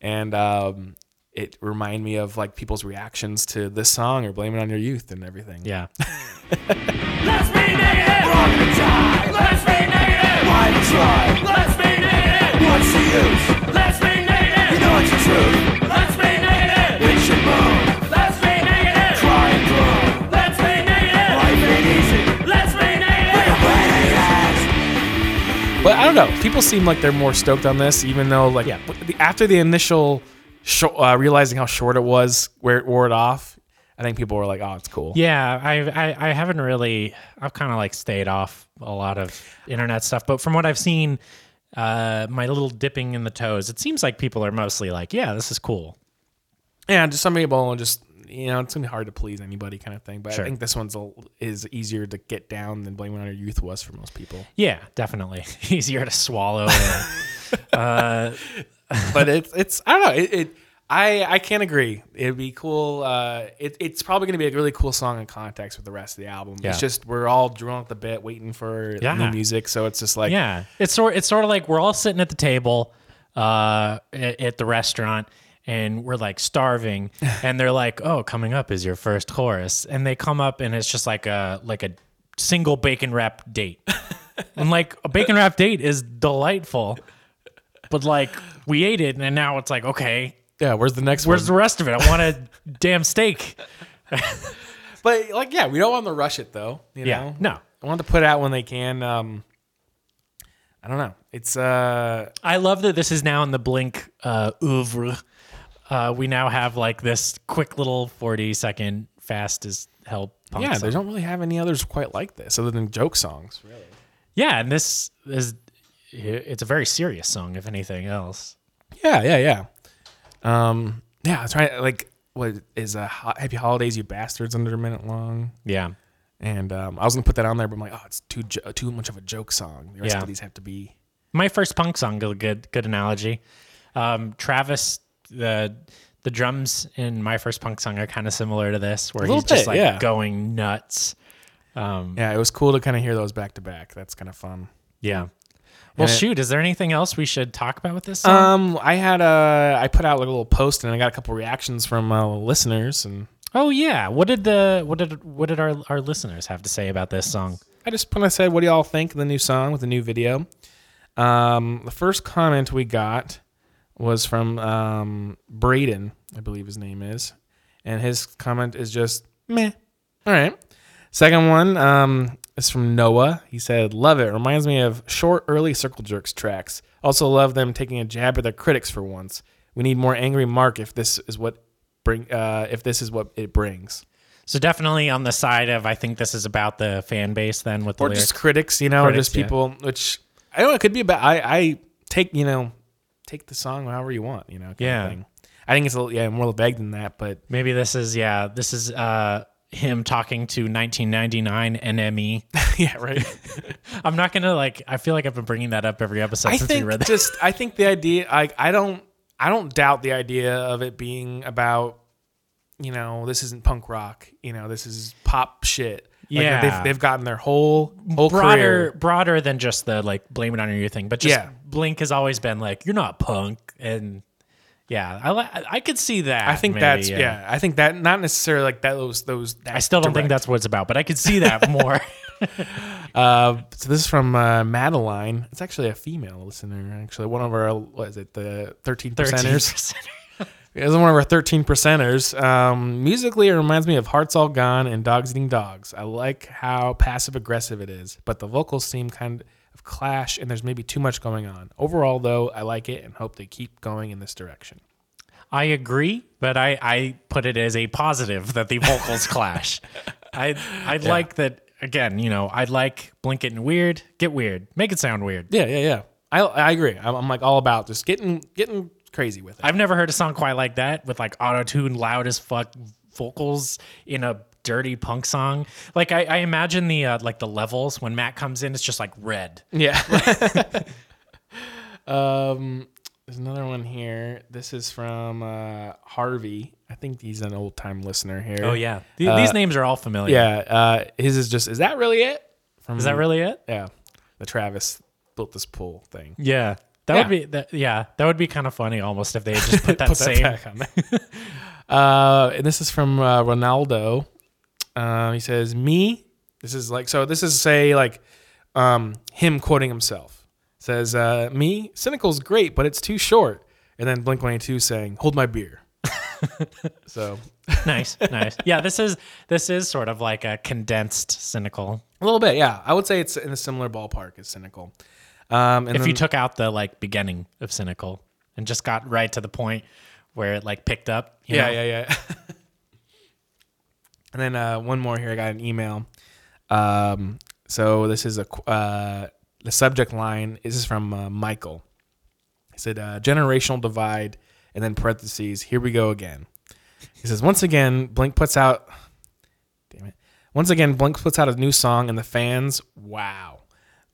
Speaker 2: and um, it reminded me of like people's reactions to this song or blame it on your youth and everything.
Speaker 1: Yeah.
Speaker 5: Let's be negative. We're all gonna die. Let's be negative. Why try? Let's be negative. What's the use? Let's be negative. You know it's the truth. Let's be negative. We should move. Let's be negative. Try and grow. Let's be negative.
Speaker 2: But I don't know. People seem like they're more stoked on this, even though like
Speaker 1: Yeah.
Speaker 2: the- after the initial sho uh, realizing how short it was, where it wore it off, I think people were like, "Oh, it's cool."
Speaker 1: Yeah, I I, I haven't really. I've kind of like stayed off a lot of internet stuff, but from what I've seen, uh, my little dipping in the toes, it seems like people are mostly like, "Yeah, this is cool."
Speaker 2: Yeah, just some people just you know it's gonna be hard to please anybody kind of thing. But
Speaker 1: Sure.
Speaker 2: I think this one's a, is easier to get down than blaming on your youth was for most people.
Speaker 1: Yeah, definitely easier to swallow. and-
Speaker 2: but it's it's I don't know it. it I, I can't agree. It'd be cool. Uh, it, it's probably going to be a really cool song in context with the rest of the album.
Speaker 1: Yeah.
Speaker 2: It's just we're all drawn at the bit waiting for
Speaker 1: Yeah.
Speaker 2: new music. So it's just like,
Speaker 1: yeah, it's sort it's sort of like we're all sitting at the table uh, a- at the restaurant. And we're like starving, and they're like, "Oh, coming up is your first chorus," and they come up, and it's just like a like a single bacon wrap date. And like a bacon wrap date is delightful, but like we ate it, and now it's like, okay,
Speaker 2: yeah, where's the next
Speaker 1: where's
Speaker 2: one?
Speaker 1: the rest of it? I want a damn steak.
Speaker 2: But like, yeah, we don't want to rush it though. You
Speaker 1: Yeah,
Speaker 2: know?
Speaker 1: no,
Speaker 2: I want to put it out when they can. Um, I don't know. It's uh,
Speaker 1: I love that this is now in the Blink uh, oeuvre. Uh, we now have like this quick little 40 second fast as hell punk
Speaker 2: yeah,
Speaker 1: song.
Speaker 2: they don't really have any others quite like this other than joke songs. Really.
Speaker 1: Yeah, and this is it's a very serious song if anything else.
Speaker 2: Yeah, yeah, yeah. Um, yeah, I'm trying like what is a ho- happy holidays, you bastards, under a minute long.
Speaker 1: Yeah.
Speaker 2: And um, I was gonna put that on there, but I'm like, oh, it's too jo- too much of a joke song. The rest
Speaker 1: Yeah.
Speaker 2: of these have to be.
Speaker 1: My first punk song good good, good analogy. Um, Travis the the drums in my first punk song are kind of similar to this where
Speaker 2: little
Speaker 1: he's just
Speaker 2: bit,
Speaker 1: like
Speaker 2: yeah.
Speaker 1: going nuts.
Speaker 2: Yeah, it was cool to kind of hear those back to back. That's kind of fun.
Speaker 1: Yeah. Well,
Speaker 2: And it-
Speaker 1: shoot, is there anything else we should talk about with this song?
Speaker 2: Um, I had a I put out like a little post and I got a couple reactions from uh, listeners and
Speaker 1: Oh yeah, what did the what did what did our our listeners have to say about this song?
Speaker 2: I just kind of said, "What do y'all think of the new song with the new video?" Um, the first comment we got was from um, Braden, I believe his name is, and his comment is just meh. All right. Second one um, is from Noah. He said, "Love it. Reminds me of short, early Circle Jerks tracks. Also love them taking a jab at their critics for once. We need more angry Mark if this is what bring uh, if this is what it brings."
Speaker 1: So definitely on the side of I think this is about the fan base then with the
Speaker 2: or
Speaker 1: lyrics.
Speaker 2: just critics, you know, or
Speaker 1: Critics,
Speaker 2: just
Speaker 1: yeah.
Speaker 2: people. Which I don't know. It could be about. I I take you know, take the song however you want. You know, kind
Speaker 1: Yeah.
Speaker 2: Of thing. I think it's a little, yeah more vague than that, but
Speaker 1: Maybe this is yeah, this is uh him talking to 1999 NME.
Speaker 2: yeah, right.
Speaker 1: E. I'm not gonna like. I feel like I've been bringing that up every episode
Speaker 2: I
Speaker 1: since we
Speaker 2: think
Speaker 1: read that.
Speaker 2: just I think the idea. I I don't I don't doubt the idea of it being about. You know, this isn't punk rock. You know, this is pop shit. Like,
Speaker 1: Yeah.
Speaker 2: they've, they've gotten their whole whole
Speaker 1: broader,
Speaker 2: career.
Speaker 1: broader than just the like blame it on your thing, but just
Speaker 2: Yeah.
Speaker 1: Blink has always been like you're not punk, and yeah, I li- I could see that.
Speaker 2: I think
Speaker 1: maybe,
Speaker 2: that's yeah. I think that not necessarily like that those those.
Speaker 1: I still don't think
Speaker 2: direct-
Speaker 1: that's what it's about, but I could see that more.
Speaker 2: Uh, so this is from uh, Madeline. It's actually a female listener. Actually, one of our what is it? The thirteen percenters.
Speaker 1: 13%.
Speaker 2: It's one of our thirteen percenters. Um, musically, it reminds me of Hearts All Gone and Dogs Eating Dogs. I like how passive aggressive it is, but the vocals seem kind of clash, and there's maybe too much going on. Overall, though, I like it and hope they keep going in this direction.
Speaker 1: I agree, but I, I put it as a positive that the vocals clash. I I like that again. You know, I like Blink It and Weird. Get weird. Make it sound weird.
Speaker 2: Yeah, yeah, yeah. I I agree. I'm, I'm like all about just getting getting crazy with it.
Speaker 1: I've never heard a song quite like that with like auto tune, loud as fuck vocals in a dirty punk song. Like I, I imagine the uh, like the levels when Matt comes in, it's just like red.
Speaker 2: Yeah. um, there's another one here. This is from uh, Harvey. I think he's an old time listener here. Uh,
Speaker 1: Oh yeah, Th- these names are all familiar.
Speaker 2: Yeah. Uh, his is just, is that really it? From,
Speaker 1: is that really it?
Speaker 2: Yeah. The Travis built this pool thing.
Speaker 1: Yeah. That
Speaker 2: Yeah.
Speaker 1: would be that, yeah, that would be kind of funny almost if they had just put that
Speaker 2: Put that
Speaker 1: same
Speaker 2: back Uh, and this is from uh, Ronaldo. Um, he says, "Me." This is like so. This is say like um, him quoting himself. Says, uh, "Me." Cynical's great, but it's too short. And then Blink One Eight Two saying, "Hold my beer." so
Speaker 1: nice, nice. Yeah, this is this is sort of like a condensed cynical.
Speaker 2: a little bit, yeah. I would say it's in a similar ballpark as Cynical. Um, and
Speaker 1: if you
Speaker 2: then-
Speaker 1: took out the like beginning of cynical and just got right to the point where it like picked up. you
Speaker 2: yeah,
Speaker 1: know?
Speaker 2: yeah, yeah, and then uh, one more here. I got an email. Um, so this is a qu- uh, the subject line. This is from uh, Michael. He said uh, generational divide, and then parentheses. Here we go again. He says once again, Blink puts out. Damn it! Once again, Blink puts out a new song, and the fans, wow,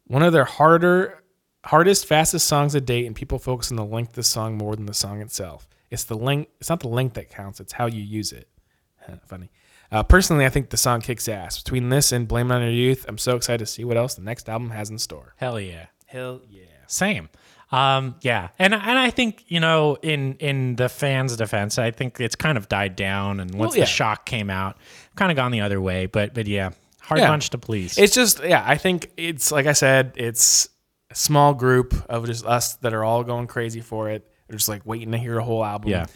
Speaker 2: one of their harder, hardest, fastest songs to date, and people focus on the length of the song more than the song itself. It's the length. It's not the length that counts. It's how you use it. Funny. Uh, personally, I think the song kicks ass. Between this and Blame It on Your Youth, I'm so excited to see what else the next album has in store.
Speaker 1: Hell yeah.
Speaker 2: Hell yeah.
Speaker 1: Same. Um, yeah. And and I think, you know, in in the fans' defense, I think it's kind of died down and once
Speaker 2: yeah.
Speaker 1: the shock came out, kind of gone the other way. But but yeah. Hard
Speaker 2: Yeah.
Speaker 1: bunch to please.
Speaker 2: It's just, yeah, I think it's, like I said, it's a small group of just us that are all going crazy for it. They're just like waiting to hear a whole album.
Speaker 1: yeah.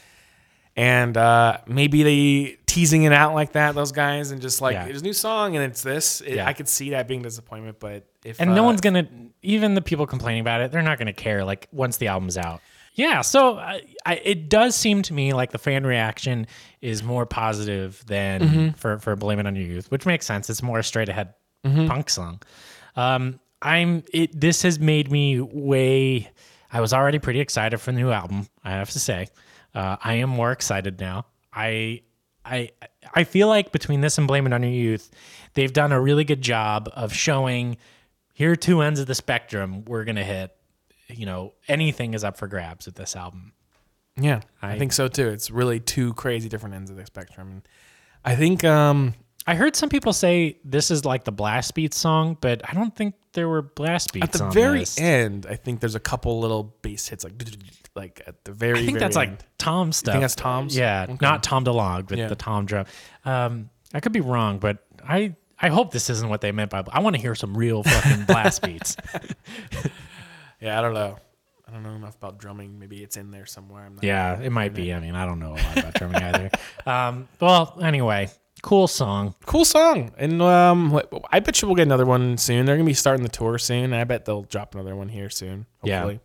Speaker 2: And uh, maybe they teasing it out like that, those guys, and just like,
Speaker 1: Yeah.
Speaker 2: there's a new song and it's this. It-
Speaker 1: Yeah.
Speaker 2: I could see that being disappointment, but if.
Speaker 1: and
Speaker 2: uh,
Speaker 1: no one's gonna even the people complaining about it they're not gonna care like once the album's out yeah so I, I, it does seem to me like the fan reaction is more positive than
Speaker 2: Mm-hmm.
Speaker 1: for, for blame it on your youth which makes sense it's more a straight ahead
Speaker 2: Mm-hmm.
Speaker 1: punk song um, i'm it this has made me way i was already pretty excited for the new album i have to say uh, i am more excited now i I I feel like between this and Blame It on Your Youth, they've done a really good job of showing here are two ends of the spectrum we're gonna hit. You know, anything is up for grabs with this album.
Speaker 2: Yeah, I, think so too. It's really two crazy different ends of the spectrum. And I think um,
Speaker 1: I heard some people say this is like the blast beats song, but I don't think there were blast beats
Speaker 2: at the
Speaker 1: on
Speaker 2: very
Speaker 1: this.
Speaker 2: end, I think there's a couple little bass hits, like like at the very.
Speaker 1: I think
Speaker 2: very
Speaker 1: that's like
Speaker 2: end.
Speaker 1: Tom stuff.
Speaker 2: that's Tom's?
Speaker 1: Yeah,
Speaker 2: Okay.
Speaker 1: not Tom DeLonge, but
Speaker 2: Yeah.
Speaker 1: the Tom drum. Um, I could be wrong, but I I hope this isn't what they meant by. I want to hear some real fucking blast beats.
Speaker 2: yeah, I don't know. I don't know enough about drumming. Maybe it's in there somewhere. I'm not
Speaker 1: Yeah, it might be. I mean, I don't know a lot about drumming either. Um, well, anyway, cool song.
Speaker 2: Cool song, and um, what- I bet you we'll get another one soon. They're gonna be starting the tour soon. and I bet they'll drop another one here soon.
Speaker 1: Yeah.
Speaker 2: Hopefully.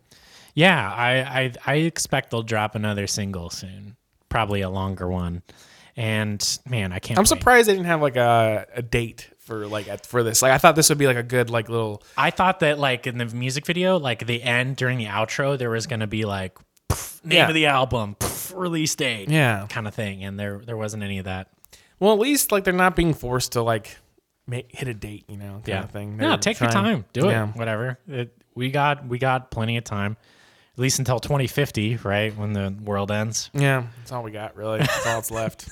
Speaker 1: Yeah, I, I I expect they'll drop another single soon, probably a longer one. And man, I can't.
Speaker 2: I'm
Speaker 1: wait.
Speaker 2: surprised they didn't have like a, a date for like at, for this. Like I thought this would be like a good like little
Speaker 1: I thought that like in the music video, like the end during the outro, there was gonna be like pff, name
Speaker 2: Yeah.
Speaker 1: of the album, pff, release date,
Speaker 2: Yeah.
Speaker 1: kind of thing, and there there wasn't any of that.
Speaker 2: Well, at least like they're not being forced to like make, hit a date, you know, kind
Speaker 1: yeah.
Speaker 2: of thing.
Speaker 1: No,
Speaker 2: They're
Speaker 1: take your
Speaker 2: trying-
Speaker 1: time, do it,
Speaker 2: Yeah.
Speaker 1: whatever. It, we got we got plenty of time, at least until 2050, right when the world ends.
Speaker 2: Yeah, that's all we got, really. That's all that's left.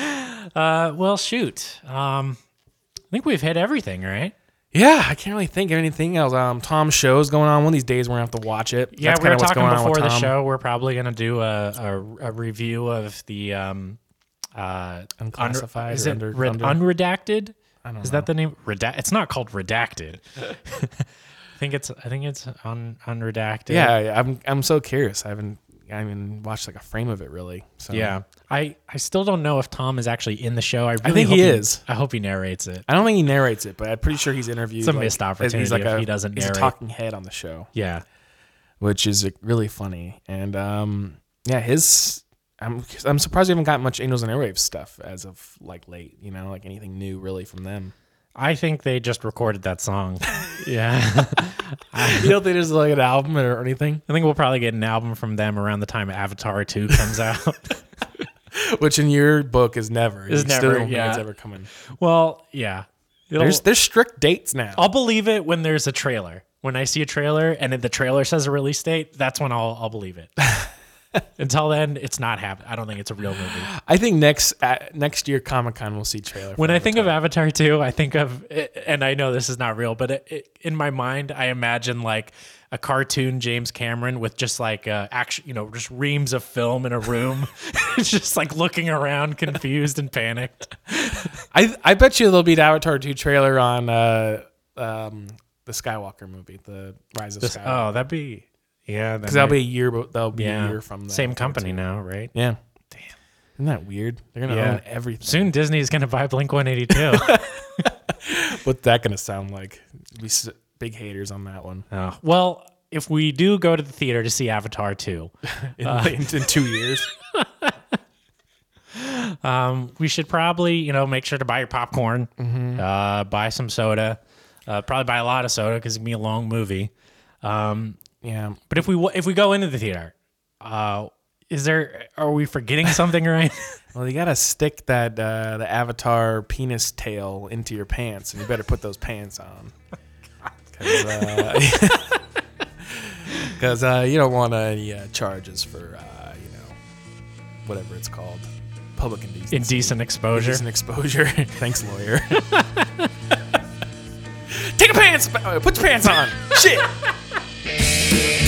Speaker 1: Uh, well, shoot, um, I think we've hit everything, right?
Speaker 2: yeah, I can't really think of anything else. Um, Tom's show's going on. One of these days, we're gonna have to watch it.
Speaker 1: Yeah,
Speaker 2: That's
Speaker 1: we were
Speaker 2: kinda what's
Speaker 1: talking
Speaker 2: going on with
Speaker 1: before the
Speaker 2: Tom.
Speaker 1: show. We're probably going to do a, a, a review of the um, uh, under-
Speaker 2: Unclassified
Speaker 1: is
Speaker 2: or
Speaker 1: it
Speaker 2: under-
Speaker 1: re-
Speaker 2: under-
Speaker 1: unredacted? I don't is that the name? Reda- it's not called redacted. I think it's I think it's un- unredacted.
Speaker 2: Yeah, yeah, I'm I'm so curious. I haven't I haven't watched like a frame of it really. So
Speaker 1: yeah. I, I still don't know if Tom is actually in the show. I, really
Speaker 2: think
Speaker 1: hope
Speaker 2: he is.
Speaker 1: I hope he narrates it.
Speaker 2: I don't think he narrates it, but I'm pretty sure he's interviewed.
Speaker 1: It's a
Speaker 2: like,
Speaker 1: missed
Speaker 2: as-
Speaker 1: opportunity if he doesn't
Speaker 2: He's
Speaker 1: narrate.
Speaker 2: a talking head on the show,
Speaker 1: Yeah,
Speaker 2: which is like, really funny. And um, yeah, his I'm I'm surprised we haven't got much Angels and Airwaves stuff as of like late. You know, like anything new really from them.
Speaker 1: I think they just recorded that song. yeah.
Speaker 2: you don't think there's like an album or anything?
Speaker 1: I think we'll probably get an album from them around the time Avatar 2 comes out.
Speaker 2: Which in your book is never.
Speaker 1: Is
Speaker 2: You still
Speaker 1: never,
Speaker 2: don't think
Speaker 1: yeah.
Speaker 2: It's ever coming.
Speaker 1: well, yeah. It'll-
Speaker 2: There's there's strict dates now.
Speaker 1: I'll believe it when there's a trailer. When I see a trailer and if the trailer says a release date, that's when I'll, I'll believe it. Until then, it's not happening. I don't think it's a real movie.
Speaker 2: I think next uh, next year Comic Con we'll see trailer.
Speaker 1: When
Speaker 2: for
Speaker 1: I
Speaker 2: it.
Speaker 1: think of Avatar 2, I think of, and I know this is not real, but it, it, in my mind, I imagine like a cartoon James Cameron with just like uh, action, you know, just reams of film in a room, just like looking around confused and panicked.
Speaker 2: I I bet you there'll be an Avatar two trailer on uh um the Skywalker movie, the Rise of Skywalker.
Speaker 1: Oh, that'd be, yeah.
Speaker 2: Because that'll be a year, but that'll be
Speaker 1: yeah,
Speaker 2: a year from the
Speaker 1: same company now, right?
Speaker 2: Yeah. Damn. Isn't that weird? They're gonna
Speaker 1: Yeah.
Speaker 2: own everything.
Speaker 1: Soon Disney's going to buy Blink 182.
Speaker 2: What's that gonna sound like? We s- Big haters on that one.
Speaker 1: Oh, well, if we do go to the theater to see Avatar 2,
Speaker 2: In,
Speaker 1: Uh,
Speaker 2: in, in two years,
Speaker 1: um, we should probably, you know, make sure to buy your popcorn, uh, buy some soda, uh, probably buy a lot of soda because it's gonna be a long movie. Um,
Speaker 2: yeah.
Speaker 1: but if we wa- if we go into the theater, uh, is there are we forgetting something? Right?
Speaker 2: Well, you gotta stick that uh, the avatar penis tail into your pants, and you better put those pants on, because uh, you don't want any uh, charges for uh, you know whatever it's called, public indecency,
Speaker 1: Indecent exposure.
Speaker 2: indecent exposure. Thanks, lawyer. Take your pants. ba- uh, Put your pants on. Shit.